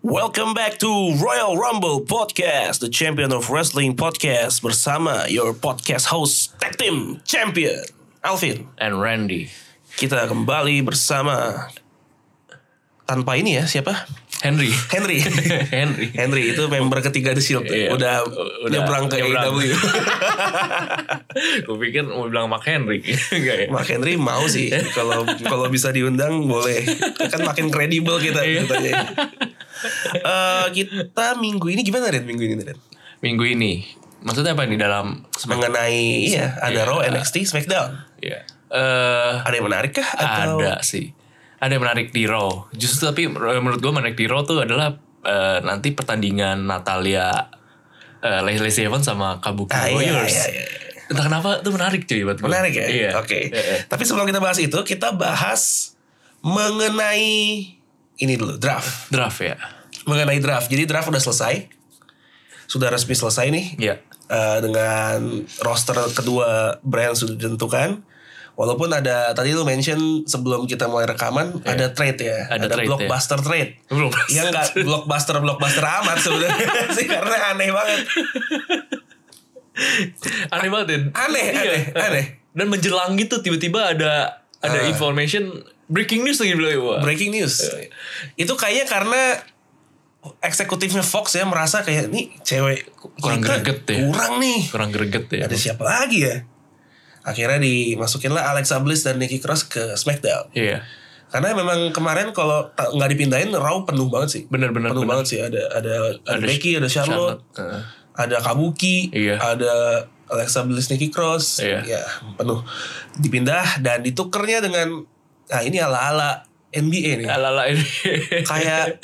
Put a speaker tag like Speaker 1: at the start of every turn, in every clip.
Speaker 1: Welcome back to Royal Rumble Podcast, the champion of wrestling podcast bersama your podcast host tag team champion Alvin.
Speaker 2: and Randy.
Speaker 1: Kita kembali bersama tanpa ini ya siapa?
Speaker 2: Henry.
Speaker 1: Henry.
Speaker 2: Henry.
Speaker 1: Henry itu member ketiga The Shield.
Speaker 2: Iya.
Speaker 1: Udah,
Speaker 2: Udah
Speaker 1: nyebrang ke
Speaker 2: nyebrang.
Speaker 1: AEW.
Speaker 2: Gue pikir mau bilang Mark Henry. Enggak ya?
Speaker 1: Mark Henry mau sih kalau kalau bisa diundang boleh kan makin kredibel kita
Speaker 2: Iya.
Speaker 1: ceritanya. Eh, kita minggu ini gimana Ren minggu ini Ren
Speaker 2: Minggu ini. Maksudnya apa nih dalam semangat?
Speaker 1: mengenai iya ada Raw NXT SmackDown
Speaker 2: Ya. Eh
Speaker 1: ada yang menarik kah atau
Speaker 2: ada sih. Ada yang menarik di Raw. Justru tapi eh, menurut gue menarik di Raw tuh adalah eh, nanti pertandingan Natalia eh, Leslie Evans sama Kabuki
Speaker 1: Ah, iya,
Speaker 2: Warriors.
Speaker 1: iya, iya, iya.
Speaker 2: Entah kenapa tuh menarik cuy buat gue.
Speaker 1: menarik ya
Speaker 2: Iya.
Speaker 1: oke
Speaker 2: Iya, iya.
Speaker 1: tapi sebelum kita bahas itu kita bahas mengenai ini dulu draft
Speaker 2: Draft ya.
Speaker 1: mengenai draft jadi draft udah selesai sudah resmi selesai nih
Speaker 2: Iya.
Speaker 1: Eh, dengan roster kedua brand sudah ditentukan. Walaupun ada tadi lu mention sebelum kita mulai rekaman ada trade ya,
Speaker 2: Iya. Ada trade,
Speaker 1: blockbuster trade.
Speaker 2: Belum.
Speaker 1: Ya enggak blockbuster blockbuster amat sebenarnya sih karena aneh banget.
Speaker 2: Aneh banget ya.
Speaker 1: Aneh,
Speaker 2: Iya.
Speaker 1: aneh, aneh. Ah.
Speaker 2: Dan menjelang gitu tiba-tiba ada ada information breaking news lagi bilang wah.
Speaker 1: Breaking news.
Speaker 2: Iya.
Speaker 1: Itu kayaknya karena eksekutifnya Fox ya merasa kayak nih cewek
Speaker 2: Kurang
Speaker 1: kita
Speaker 2: greget ya."
Speaker 1: Kurang nih.
Speaker 2: kurang greget ya.
Speaker 1: Ada siapa lagi ya? Akhirnya dimasukinlah Alexa Bliss dan Nikki Cross ke SmackDown.
Speaker 2: Iya.
Speaker 1: Karena memang kemarin kalau ta- nggak dipindahin Raw penuh banget sih.
Speaker 2: Bener bener.
Speaker 1: penuh
Speaker 2: bener.
Speaker 1: banget sih ada ada ada,
Speaker 2: Ada
Speaker 1: Becky, ada Charlotte,
Speaker 2: Heeh.
Speaker 1: ada Kabuki,
Speaker 2: Iya.
Speaker 1: ada Alexa Bliss, Nikki Cross.
Speaker 2: Iya.
Speaker 1: Ya, penuh dipindah dan ditukernya dengan nah ini ala-ala NBA nih.
Speaker 2: Ala-ala ini.
Speaker 1: Kayak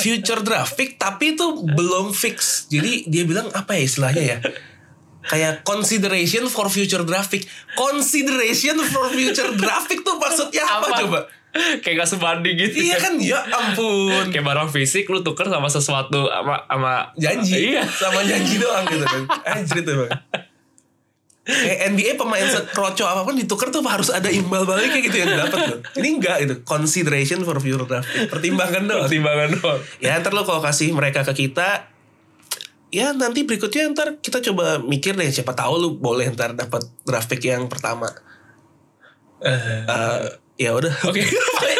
Speaker 1: future draft pick tapi itu belum fix. Jadi dia bilang apa ya istilahnya ya? Kayak consideration for future draft pick. Consideration for future draft pick tuh maksudnya apa? coba?
Speaker 2: Kayak gak sebanding gitu.
Speaker 1: Iya kan ya ampun
Speaker 2: Kayak barang fisik lu tuker sama sesuatu sama sama
Speaker 1: janji
Speaker 2: Iya.
Speaker 1: sama janji doang gitu kan anjir itu bang kayak NBA pemain sekroco apapun ditukar tuh harus ada imbal baliknya gitu yang dapat tuh ini enggak itu consideration for future draft pertimbangan doang
Speaker 2: Pertimbangan doang.
Speaker 1: ya ntar lo kalau kasih mereka ke kita ya nanti berikutnya ntar kita coba mikir deh siapa tahu lu boleh ntar dapat draft pick yang pertama
Speaker 2: Eh,
Speaker 1: Eh, ya udah
Speaker 2: Oke.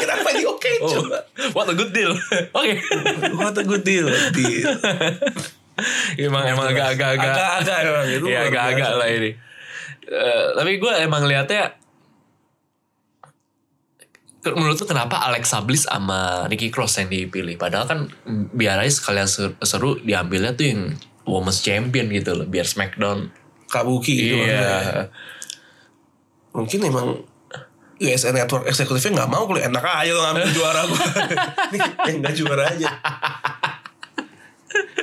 Speaker 1: kenapa ini oke
Speaker 2: oh,
Speaker 1: coba
Speaker 2: what a good deal. Oke.
Speaker 1: what a good deal, deal.
Speaker 2: emang emang agak-agak
Speaker 1: agak-agak emang itu
Speaker 2: Iya
Speaker 1: luar
Speaker 2: agak-agak
Speaker 1: biasa.
Speaker 2: lah ini. Eh, tapi gue emang liatnya ke- menurut tuh kenapa Alexa Bliss sama Nikki Cross yang dipilih padahal kan mm, biar aja sekalian seru, seru diambilnya tuh yang Women's Champion gitu loh biar Smackdown
Speaker 1: Kabuki gitu maksudnya.
Speaker 2: iya
Speaker 1: mungkin emang USA Network eksekutifnya nggak mau kalau enak aja lo ngambil juara gue nih yang nggak juara aja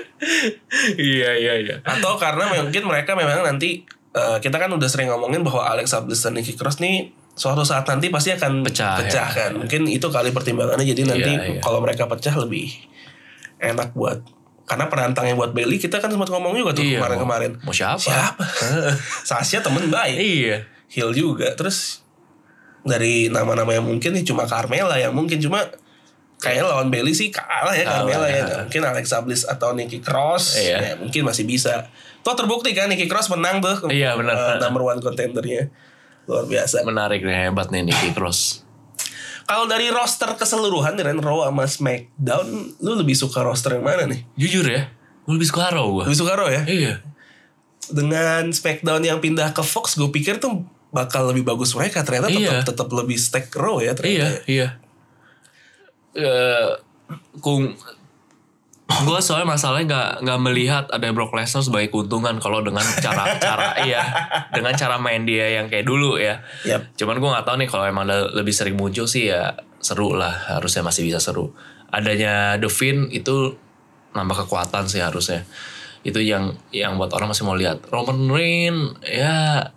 Speaker 2: iya iya iya
Speaker 1: atau karena mungkin mereka memang nanti eh, kita kan udah sering ngomongin bahwa Alexa Bliss dan Nikki Cross nih suatu saat nanti pasti akan
Speaker 2: Pecah, ya.
Speaker 1: kan mungkin itu kali pertimbangannya jadi nanti
Speaker 2: Iya, iya.
Speaker 1: kalau mereka pecah lebih enak buat karena penantangnya buat Bailey kita kan sempat ngomong juga tuh
Speaker 2: Iya, mau-
Speaker 1: kemarin-kemarin
Speaker 2: mau siapa?
Speaker 1: siapa Sasha temen baik
Speaker 2: iya
Speaker 1: Hill juga terus dari nama-nama yang mungkin nih cuma Carmela yang mungkin cuma kayaknya lawan Bailey sih kalah ya
Speaker 2: Kalah,
Speaker 1: Carmela ya
Speaker 2: ya.
Speaker 1: mungkin Alexa Bliss atau Nikki Cross
Speaker 2: Iya.
Speaker 1: ya mungkin masih bisa toh terbukti kan Nikki Cross menang tuh
Speaker 2: Iya,
Speaker 1: Eh,
Speaker 2: benar.
Speaker 1: number one contendernya luar biasa
Speaker 2: menarik nih hebat nih Nikki Cross
Speaker 1: kalau dari roster keseluruhan dengan Raw sama SmackDown lu lebih suka roster yang mana nih
Speaker 2: jujur ya gue lebih suka Raw gue
Speaker 1: lebih suka Raw ya
Speaker 2: iya
Speaker 1: dengan SmackDown yang pindah ke Fox gue pikir tuh bakal lebih bagus mereka ternyata
Speaker 2: Iya.
Speaker 1: tetap tetap lebih stack Raw ya ternyata
Speaker 2: Iya, iya. Eh, kung gue soalnya masalahnya nggak nggak melihat ada Brock Lesnar sebagai keuntungan kalau dengan cara cara iya dengan cara main dia yang kayak dulu ya.
Speaker 1: Yap.
Speaker 2: Cuman gue nggak tahu nih kalau emang ada lebih sering muncul sih ya seru lah harusnya masih bisa seru. Adanya The Fiend itu nambah kekuatan sih harusnya. Itu yang yang buat orang masih mau lihat. Roman Reigns ya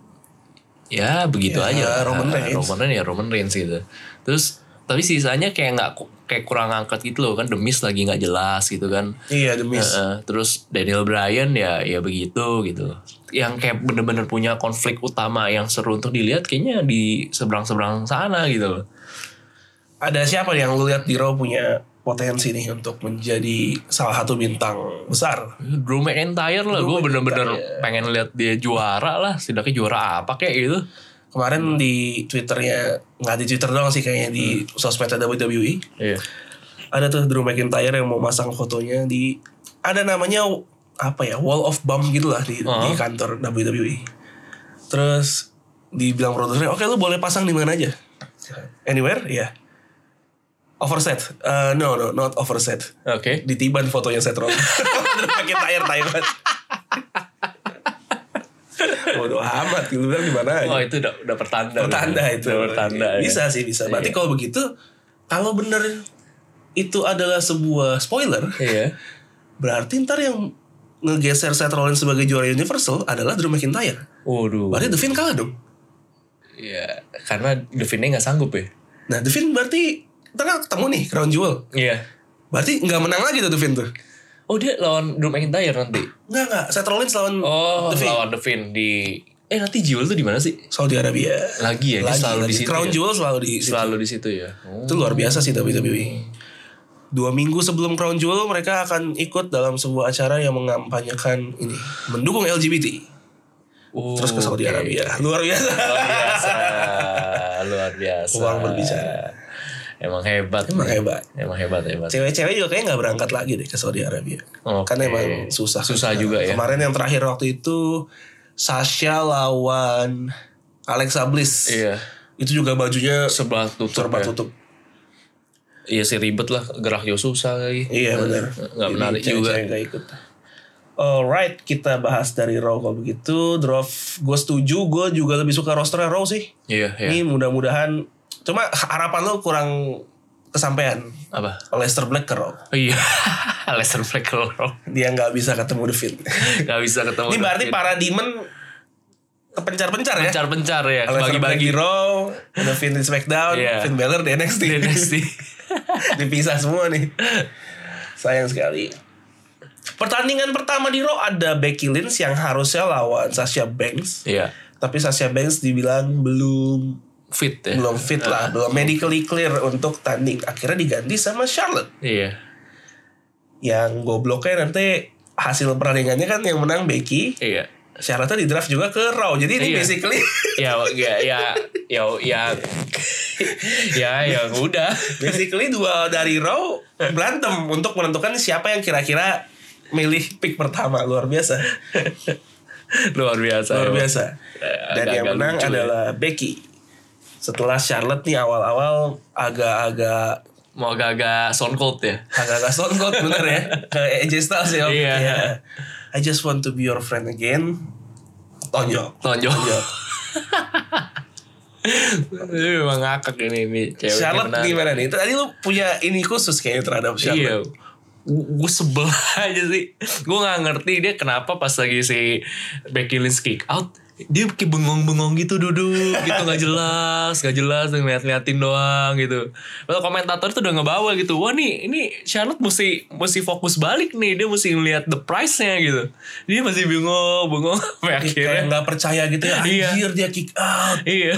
Speaker 2: ya begitu
Speaker 1: Ya,
Speaker 2: aja. lah.
Speaker 1: Roman Reigns.
Speaker 2: Roman Reigns ya Roman Reigns gitu. Terus tapi sisanya kayak nggak ku- kayak kurang angkat gitu loh kan demis lagi nggak jelas gitu kan.
Speaker 1: Iya demi
Speaker 2: Heeh, terus Daniel Bryan ya ya begitu gitu. Yang kayak bener-bener punya konflik utama yang seru untuk dilihat kayaknya di seberang-seberang sana gitu loh.
Speaker 1: ada siapa yang lu lihat di Raw punya potensi nih untuk menjadi salah satu bintang besar.
Speaker 2: Drew McIntyre iya. lah, gue bener-bener pengen lihat dia juara lah, setidaknya juara apa kayak gitu.
Speaker 1: Kemarin di Twitternya, nggak di Twitter doang sih kayaknya di sosmed WWE.
Speaker 2: Iya.
Speaker 1: E, Ada tuh Drew McIntyre yang mau masang fotonya di, ada namanya apa ya, Wall of Bum gitu lah di, di
Speaker 2: Uh-huh.
Speaker 1: kantor WWE. Terus dibilang produsernya, oke lu boleh pasang di mana aja. Anywhere, ya. Overset. Eh, no, no, not overset.
Speaker 2: Oke.
Speaker 1: ditiban fotonya Seth Rollins pakai tayar Taiwan Waduh amat gitu bilang gimana
Speaker 2: Oh
Speaker 1: aja.
Speaker 2: itu udah, udah pertanda.
Speaker 1: Pertanda itu.
Speaker 2: Udah pertanda. ya.
Speaker 1: Bisa sih bisa. Berarti kalau begitu kalau bener itu adalah sebuah spoiler,
Speaker 2: Iya.
Speaker 1: berarti ntar yang ngegeser Seth Rollins sebagai juara Universal adalah Drew McIntyre.
Speaker 2: Waduh.
Speaker 1: Berarti The Finn kalah dong.
Speaker 2: Iya, karena Devinnya nggak sanggup ya.
Speaker 1: Nah The Finn berarti ntar kan ketemu nih Crown Jewel.
Speaker 2: Iya.
Speaker 1: Berarti nggak menang lagi tuh The Finn tuh.
Speaker 2: Oh dia lawan Drew McIntyre nanti.
Speaker 1: Nggak nggak. Seth Rollins lawan
Speaker 2: Oh
Speaker 1: The Finn.
Speaker 2: lawan Devin di eh nanti Jewel tuh di mana sih?
Speaker 1: Saudi Arabia.
Speaker 2: Lagi ya, dia
Speaker 1: Lagi,
Speaker 2: selalu
Speaker 1: lagi.
Speaker 2: di situ.
Speaker 1: Crown
Speaker 2: ya?
Speaker 1: Jewel selalu di situ.
Speaker 2: Selalu di situ ya. Oh.
Speaker 1: Itu luar biasa sih WWE. Dua minggu sebelum Crown Jewel mereka akan ikut dalam sebuah acara yang mengampanyekan ini mendukung LGBT
Speaker 2: Oh,
Speaker 1: terus ke Saudi
Speaker 2: oke.
Speaker 1: Arabia. Luar biasa.
Speaker 2: Luar biasa. Luar biasa.
Speaker 1: Uang berbicara.
Speaker 2: Emang hebat.
Speaker 1: Emang hebat.
Speaker 2: Emang hebat hebat.
Speaker 1: Cewek-cewek juga kayaknya nggak berangkat lagi deh ke Saudi Arabia.
Speaker 2: Oke.
Speaker 1: Karena emang susah.
Speaker 2: Susah juga ya.
Speaker 1: Kemarin yang terakhir waktu itu Sasha lawan Alexa Bliss.
Speaker 2: Iya.
Speaker 1: Itu juga bajunya
Speaker 2: Sebelah tutup.
Speaker 1: serba
Speaker 2: ya.
Speaker 1: tutup.
Speaker 2: Iya sih ribet lah gerak jauh susah lagi.
Speaker 1: Iya benar.
Speaker 2: Nggak menarik juga.
Speaker 1: Gak ikut. Alright, kita bahas dari Raw kalau begitu. Draw, gue setuju. Gue juga lebih suka rosternya Raw sih.
Speaker 2: Iya iya.
Speaker 1: Ini mudah-mudahan. Cuma harapan lo kurang kesampaian.
Speaker 2: Apa?
Speaker 1: Lester Black ke Raw.
Speaker 2: Iya. Lester Black lorong.
Speaker 1: Dia nggak bisa ketemu The Fiend.
Speaker 2: Gak bisa ketemu.
Speaker 1: Ini berarti
Speaker 2: Devin.
Speaker 1: para demon kepencar-pencar ya.
Speaker 2: pencar-pencar ya,
Speaker 1: Aleister Black
Speaker 2: bagi-bagi
Speaker 1: di Raw, The Fiend di SmackDown,
Speaker 2: Iya.
Speaker 1: Finn Balor di NXT.
Speaker 2: di NXT.
Speaker 1: Dipisah semua nih. Sayang sekali. Pertandingan pertama di Raw ada Becky Lynch yang harusnya lawan Sasha Banks.
Speaker 2: Iya,
Speaker 1: Tapi Sasha Banks dibilang belum
Speaker 2: fit ya.
Speaker 1: belum fit lah, belum medically clear untuk tanding. Akhirnya diganti sama Charlotte.
Speaker 2: Iya.
Speaker 1: Yang gobloknya nanti hasil pertandingannya kan yang menang Becky.
Speaker 2: Iya.
Speaker 1: Charlotte di draft juga ke Raw. Jadi ini
Speaker 2: Iya.
Speaker 1: basically
Speaker 2: Ya, ya, ya, ya, ya, ya, ya, udah.
Speaker 1: basically dua dari Raw berantem untuk menentukan siapa yang kira-kira milih pick pertama. Luar biasa.
Speaker 2: Luar biasa. ya.
Speaker 1: luar
Speaker 2: emang.
Speaker 1: biasa.
Speaker 2: Eh,
Speaker 1: Dan
Speaker 2: agak-agak
Speaker 1: yang menang
Speaker 2: lucu ya.
Speaker 1: adalah Becky. Setelah Charlotte nih awal-awal agak-agak
Speaker 2: Mau agak-agak sound cold ya.
Speaker 1: agak-agak stone cold bener ya ke AJ Styles ya. waktu itu
Speaker 2: Iya.
Speaker 1: ya. I just want to be your friend again. Tonjok.
Speaker 2: Tonjol.
Speaker 1: Tonjok.
Speaker 2: Ini memang ngakak ini ini cewek.
Speaker 1: Charlotte gimana nih? Tadi lu punya ini khusus kayaknya terhadap Charlotte.
Speaker 2: Iya. Gue sebel aja sih. Gue gak ngerti dia kenapa pas lagi si Becky Lynch kick out. Dia kayak bengong-bengong gitu duduk gitu gak jelas, gak jelas ngeliat-ngeliatin doang gitu. Lalu komentator tuh udah ngebawa gitu. Wah nih ini Charlotte mesti mesti fokus balik nih. Dia mesti ngeliat the price-nya gitu. Dia masih bengong, bengong sampai akhirnya.
Speaker 1: Kayak nggak percaya gitu ya.
Speaker 2: Iya.
Speaker 1: Anjir dia kick out.
Speaker 2: Iya.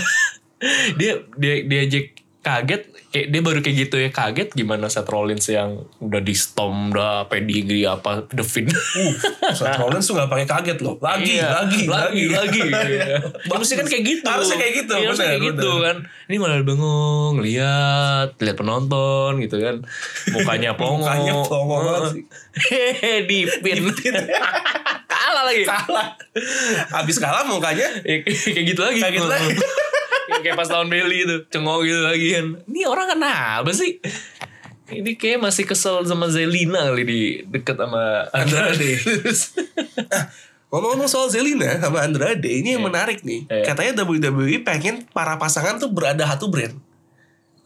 Speaker 2: dia dia dia aja kaget kayak dia baru kayak gitu ya kaget gimana Seth Rollins yang udah di stomp udah pedigree apa The Fin
Speaker 1: Uh, Seth Rollins tuh gak pakai kaget loh. Lagi,
Speaker 2: Iya.
Speaker 1: lagi,
Speaker 2: lagi, lagi. Iya.
Speaker 1: Bagus.
Speaker 2: Harusnya kan kayak gitu.
Speaker 1: Harusnya kayak gitu,
Speaker 2: Iya, harusnya
Speaker 1: benar,
Speaker 2: kayak gitu
Speaker 1: benar.
Speaker 2: kan. Ini malah bengong, lihat, lihat penonton gitu kan. Mukanya pongo.
Speaker 1: Mukanya pongo banget sih.
Speaker 2: Hehehe, dipin. Kalah lagi.
Speaker 1: Kalah. Abis kalah mukanya
Speaker 2: Ya, kayak gitu lagi.
Speaker 1: Kayak gitu lagi.
Speaker 2: Kayak- kayak pas tahun Bailey itu, cengok gitu lagi kan. Ini orang kenapa sih? Ini kayak masih kesel sama Zelina kali di deket sama Andrade.
Speaker 1: Ngomong-ngomong soal Zelina sama Andrade, ini yang menarik nih.
Speaker 2: Iya.
Speaker 1: Katanya WWE pengen para pasangan tuh berada satu brand.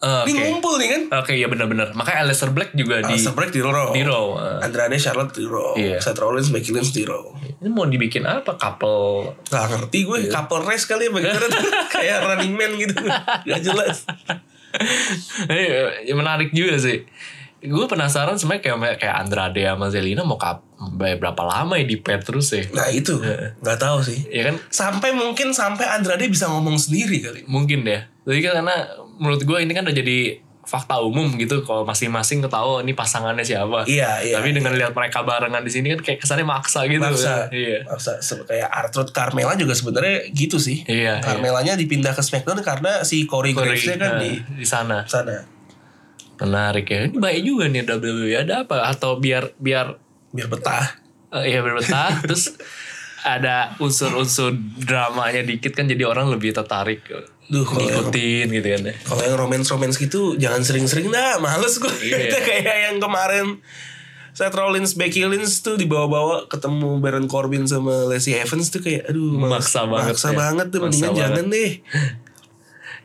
Speaker 2: Ah, Oke.
Speaker 1: Ini ngumpul nih kan.
Speaker 2: Oke ya benar-benar. Makanya Aleister Black juga di
Speaker 1: Aleister Black di Raw.
Speaker 2: di Raw. Eh,
Speaker 1: Andrade, Charlotte di Raw.
Speaker 2: Iya.
Speaker 1: Seth Rollins, Becky Lynch di Raw.
Speaker 2: ini mau dibikin apa couple?
Speaker 1: Gak ngerti gue,
Speaker 2: Iya.
Speaker 1: couple race kali ya bagaimana tuh. Kayak running man gitu. Gak jelas.
Speaker 2: Eh, ya menarik juga sih. Gue penasaran sebenarnya kayak kayak Andrade sama Zelina mau kap berapa lama ya di pair terus ya?
Speaker 1: Nah itu, gak tahu sih.
Speaker 2: Ya kan
Speaker 1: Sampai mungkin sampai Andrade bisa ngomong sendiri kali.
Speaker 2: mungkin deh. Jadi kan karena menurut gue ini kan udah jadi fakta umum gitu kalau masing-masing ketawa "Oh, ini pasangannya siapa.
Speaker 1: Iya, iya.
Speaker 2: Tapi dengan lihat mereka barengan di sini kan kayak kesannya maksa gitu.
Speaker 1: Maksa.
Speaker 2: Iya.
Speaker 1: Maksa. Se- Kayak Arthur Carmela juga sebenarnya gitu sih.
Speaker 2: Iya, iya.
Speaker 1: Carmelanya dipindah ke SmackDown karena si Corey
Speaker 2: Korea,
Speaker 1: Graves-nya kan
Speaker 2: nah,
Speaker 1: di
Speaker 2: di sana.
Speaker 1: sana.
Speaker 2: Menarik ya. Ini baik juga nih WWE ada apa atau biar biar
Speaker 1: Biar betah.
Speaker 2: eh, ya biar betah terus ada unsur-unsur dramanya dikit kan jadi orang lebih tertarik
Speaker 1: Duh, kalau yang,
Speaker 2: ngikutin gitu kan ya.
Speaker 1: kalau yang romance-romance gitu jangan sering-sering dah, males gue.
Speaker 2: Iya.
Speaker 1: Itu kayak yang kemarin Seth Rollins, Becky Lynch tuh dibawa-bawa ketemu Baron Corbin sama Lacey Evans tuh kayak aduh males.
Speaker 2: Maksa banget
Speaker 1: maksa
Speaker 2: ya.
Speaker 1: banget tuh
Speaker 2: Maksa
Speaker 1: mendingan
Speaker 2: banget.
Speaker 1: jangan deh.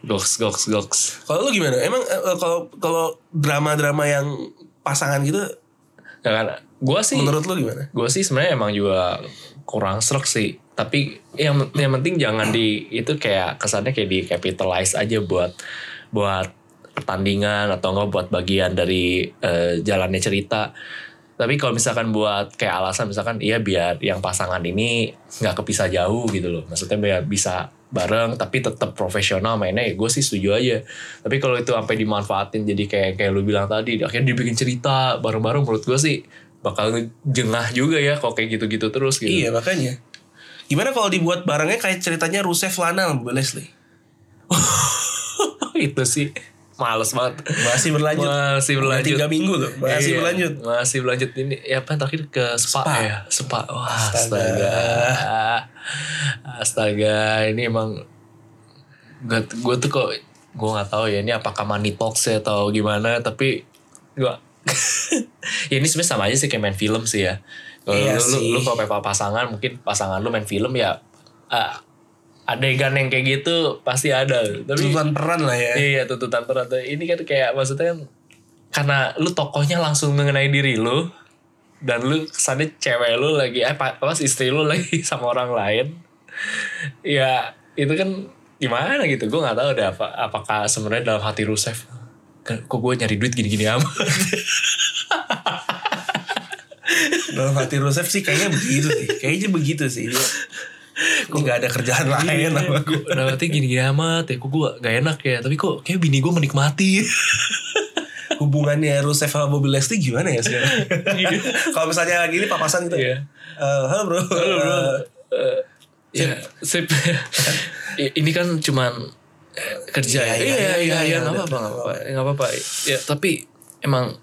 Speaker 2: Goks goks goks.
Speaker 1: Kalau lu gimana? Emang eh, eh, kalau kalau drama-drama yang pasangan gitu
Speaker 2: Ya kan gua sih
Speaker 1: menurut lu gimana?
Speaker 2: gue sih sebenarnya emang juga kurang stroke sih tapi yang yang penting jangan di itu kayak kesannya kayak di capitalize aja buat buat pertandingan atau enggak buat bagian dari eh, jalannya cerita tapi kalau misalkan buat kayak alasan misalkan iya biar yang pasangan ini nggak kepisah jauh gitu loh maksudnya biar bisa bareng tapi tetap profesional mainnya ya gue sih setuju aja tapi kalau itu sampai dimanfaatin jadi kayak kayak lu bilang tadi akhirnya dibikin cerita bareng-bareng menurut gue sih bakal jengah juga ya kalau kayak gitu-gitu terus gitu
Speaker 1: Iya makanya. Gimana kalau dibuat barengnya kayak ceritanya Rusev Lana sama Leslie?
Speaker 2: itu sih males banget
Speaker 1: Masih berlanjut.
Speaker 2: masih
Speaker 1: Udah
Speaker 2: berlanjut
Speaker 1: Tiga minggu loh. Masih
Speaker 2: Iya,
Speaker 1: berlanjut.
Speaker 2: masih berlanjut ini ya apa yang terakhir ke spa,
Speaker 1: Spa.
Speaker 2: ya spa wah
Speaker 1: Astaga.
Speaker 2: astaga astaga ini emang gue tuh kok gue nggak tahu ya ini apakah money talks ya atau gimana tapi gue ya ini sebenarnya sama aja sih kayak main film sih ya Kalau
Speaker 1: Iya
Speaker 2: lu,
Speaker 1: sih.
Speaker 2: lu, lu kalau pakai pasangan mungkin pasangan lu main film ya ah, adegan yang kayak gitu pasti ada tapi
Speaker 1: Tuntutan peran lah ya.
Speaker 2: Iya tuntutan peran tuh. Ini kan kayak maksudnya kan karena lu tokohnya langsung mengenai diri lu dan lu kesannya cewek lu lagi eh pa- apa sih, istri lu lagi sama orang lain. ya itu kan gimana gitu gue nggak tahu deh apa apakah sebenarnya dalam hati Rusev "Ke- kok gue nyari duit gini-gini amat
Speaker 1: Dalam hati Rusev sih kayaknya begitu sih. Kayaknya begitu sih. Dia, Kok gak ada kerjaan
Speaker 2: Iya.
Speaker 1: lain sama gue.
Speaker 2: dalam hati gini-gini amat ya kok gue gak enak ya tapi kok kayak bini gue menikmati
Speaker 1: Hubungannya Rusev sama Bobby Leslie gimana ya sekarang? Kalau misalnya lagi ini papasan gitu.
Speaker 2: Iya.
Speaker 1: Eh, halo bro. Eh, Halo
Speaker 2: bro.
Speaker 1: Iya.
Speaker 2: Ya, sip. I- ini kan cuman eh, kerja
Speaker 1: Iya,
Speaker 2: ya.
Speaker 1: iya, iya, iya, iya,
Speaker 2: nggak
Speaker 1: udah,
Speaker 2: apa-apa, nggak apa-apa. Nggak apa-apa. Ya, tapi emang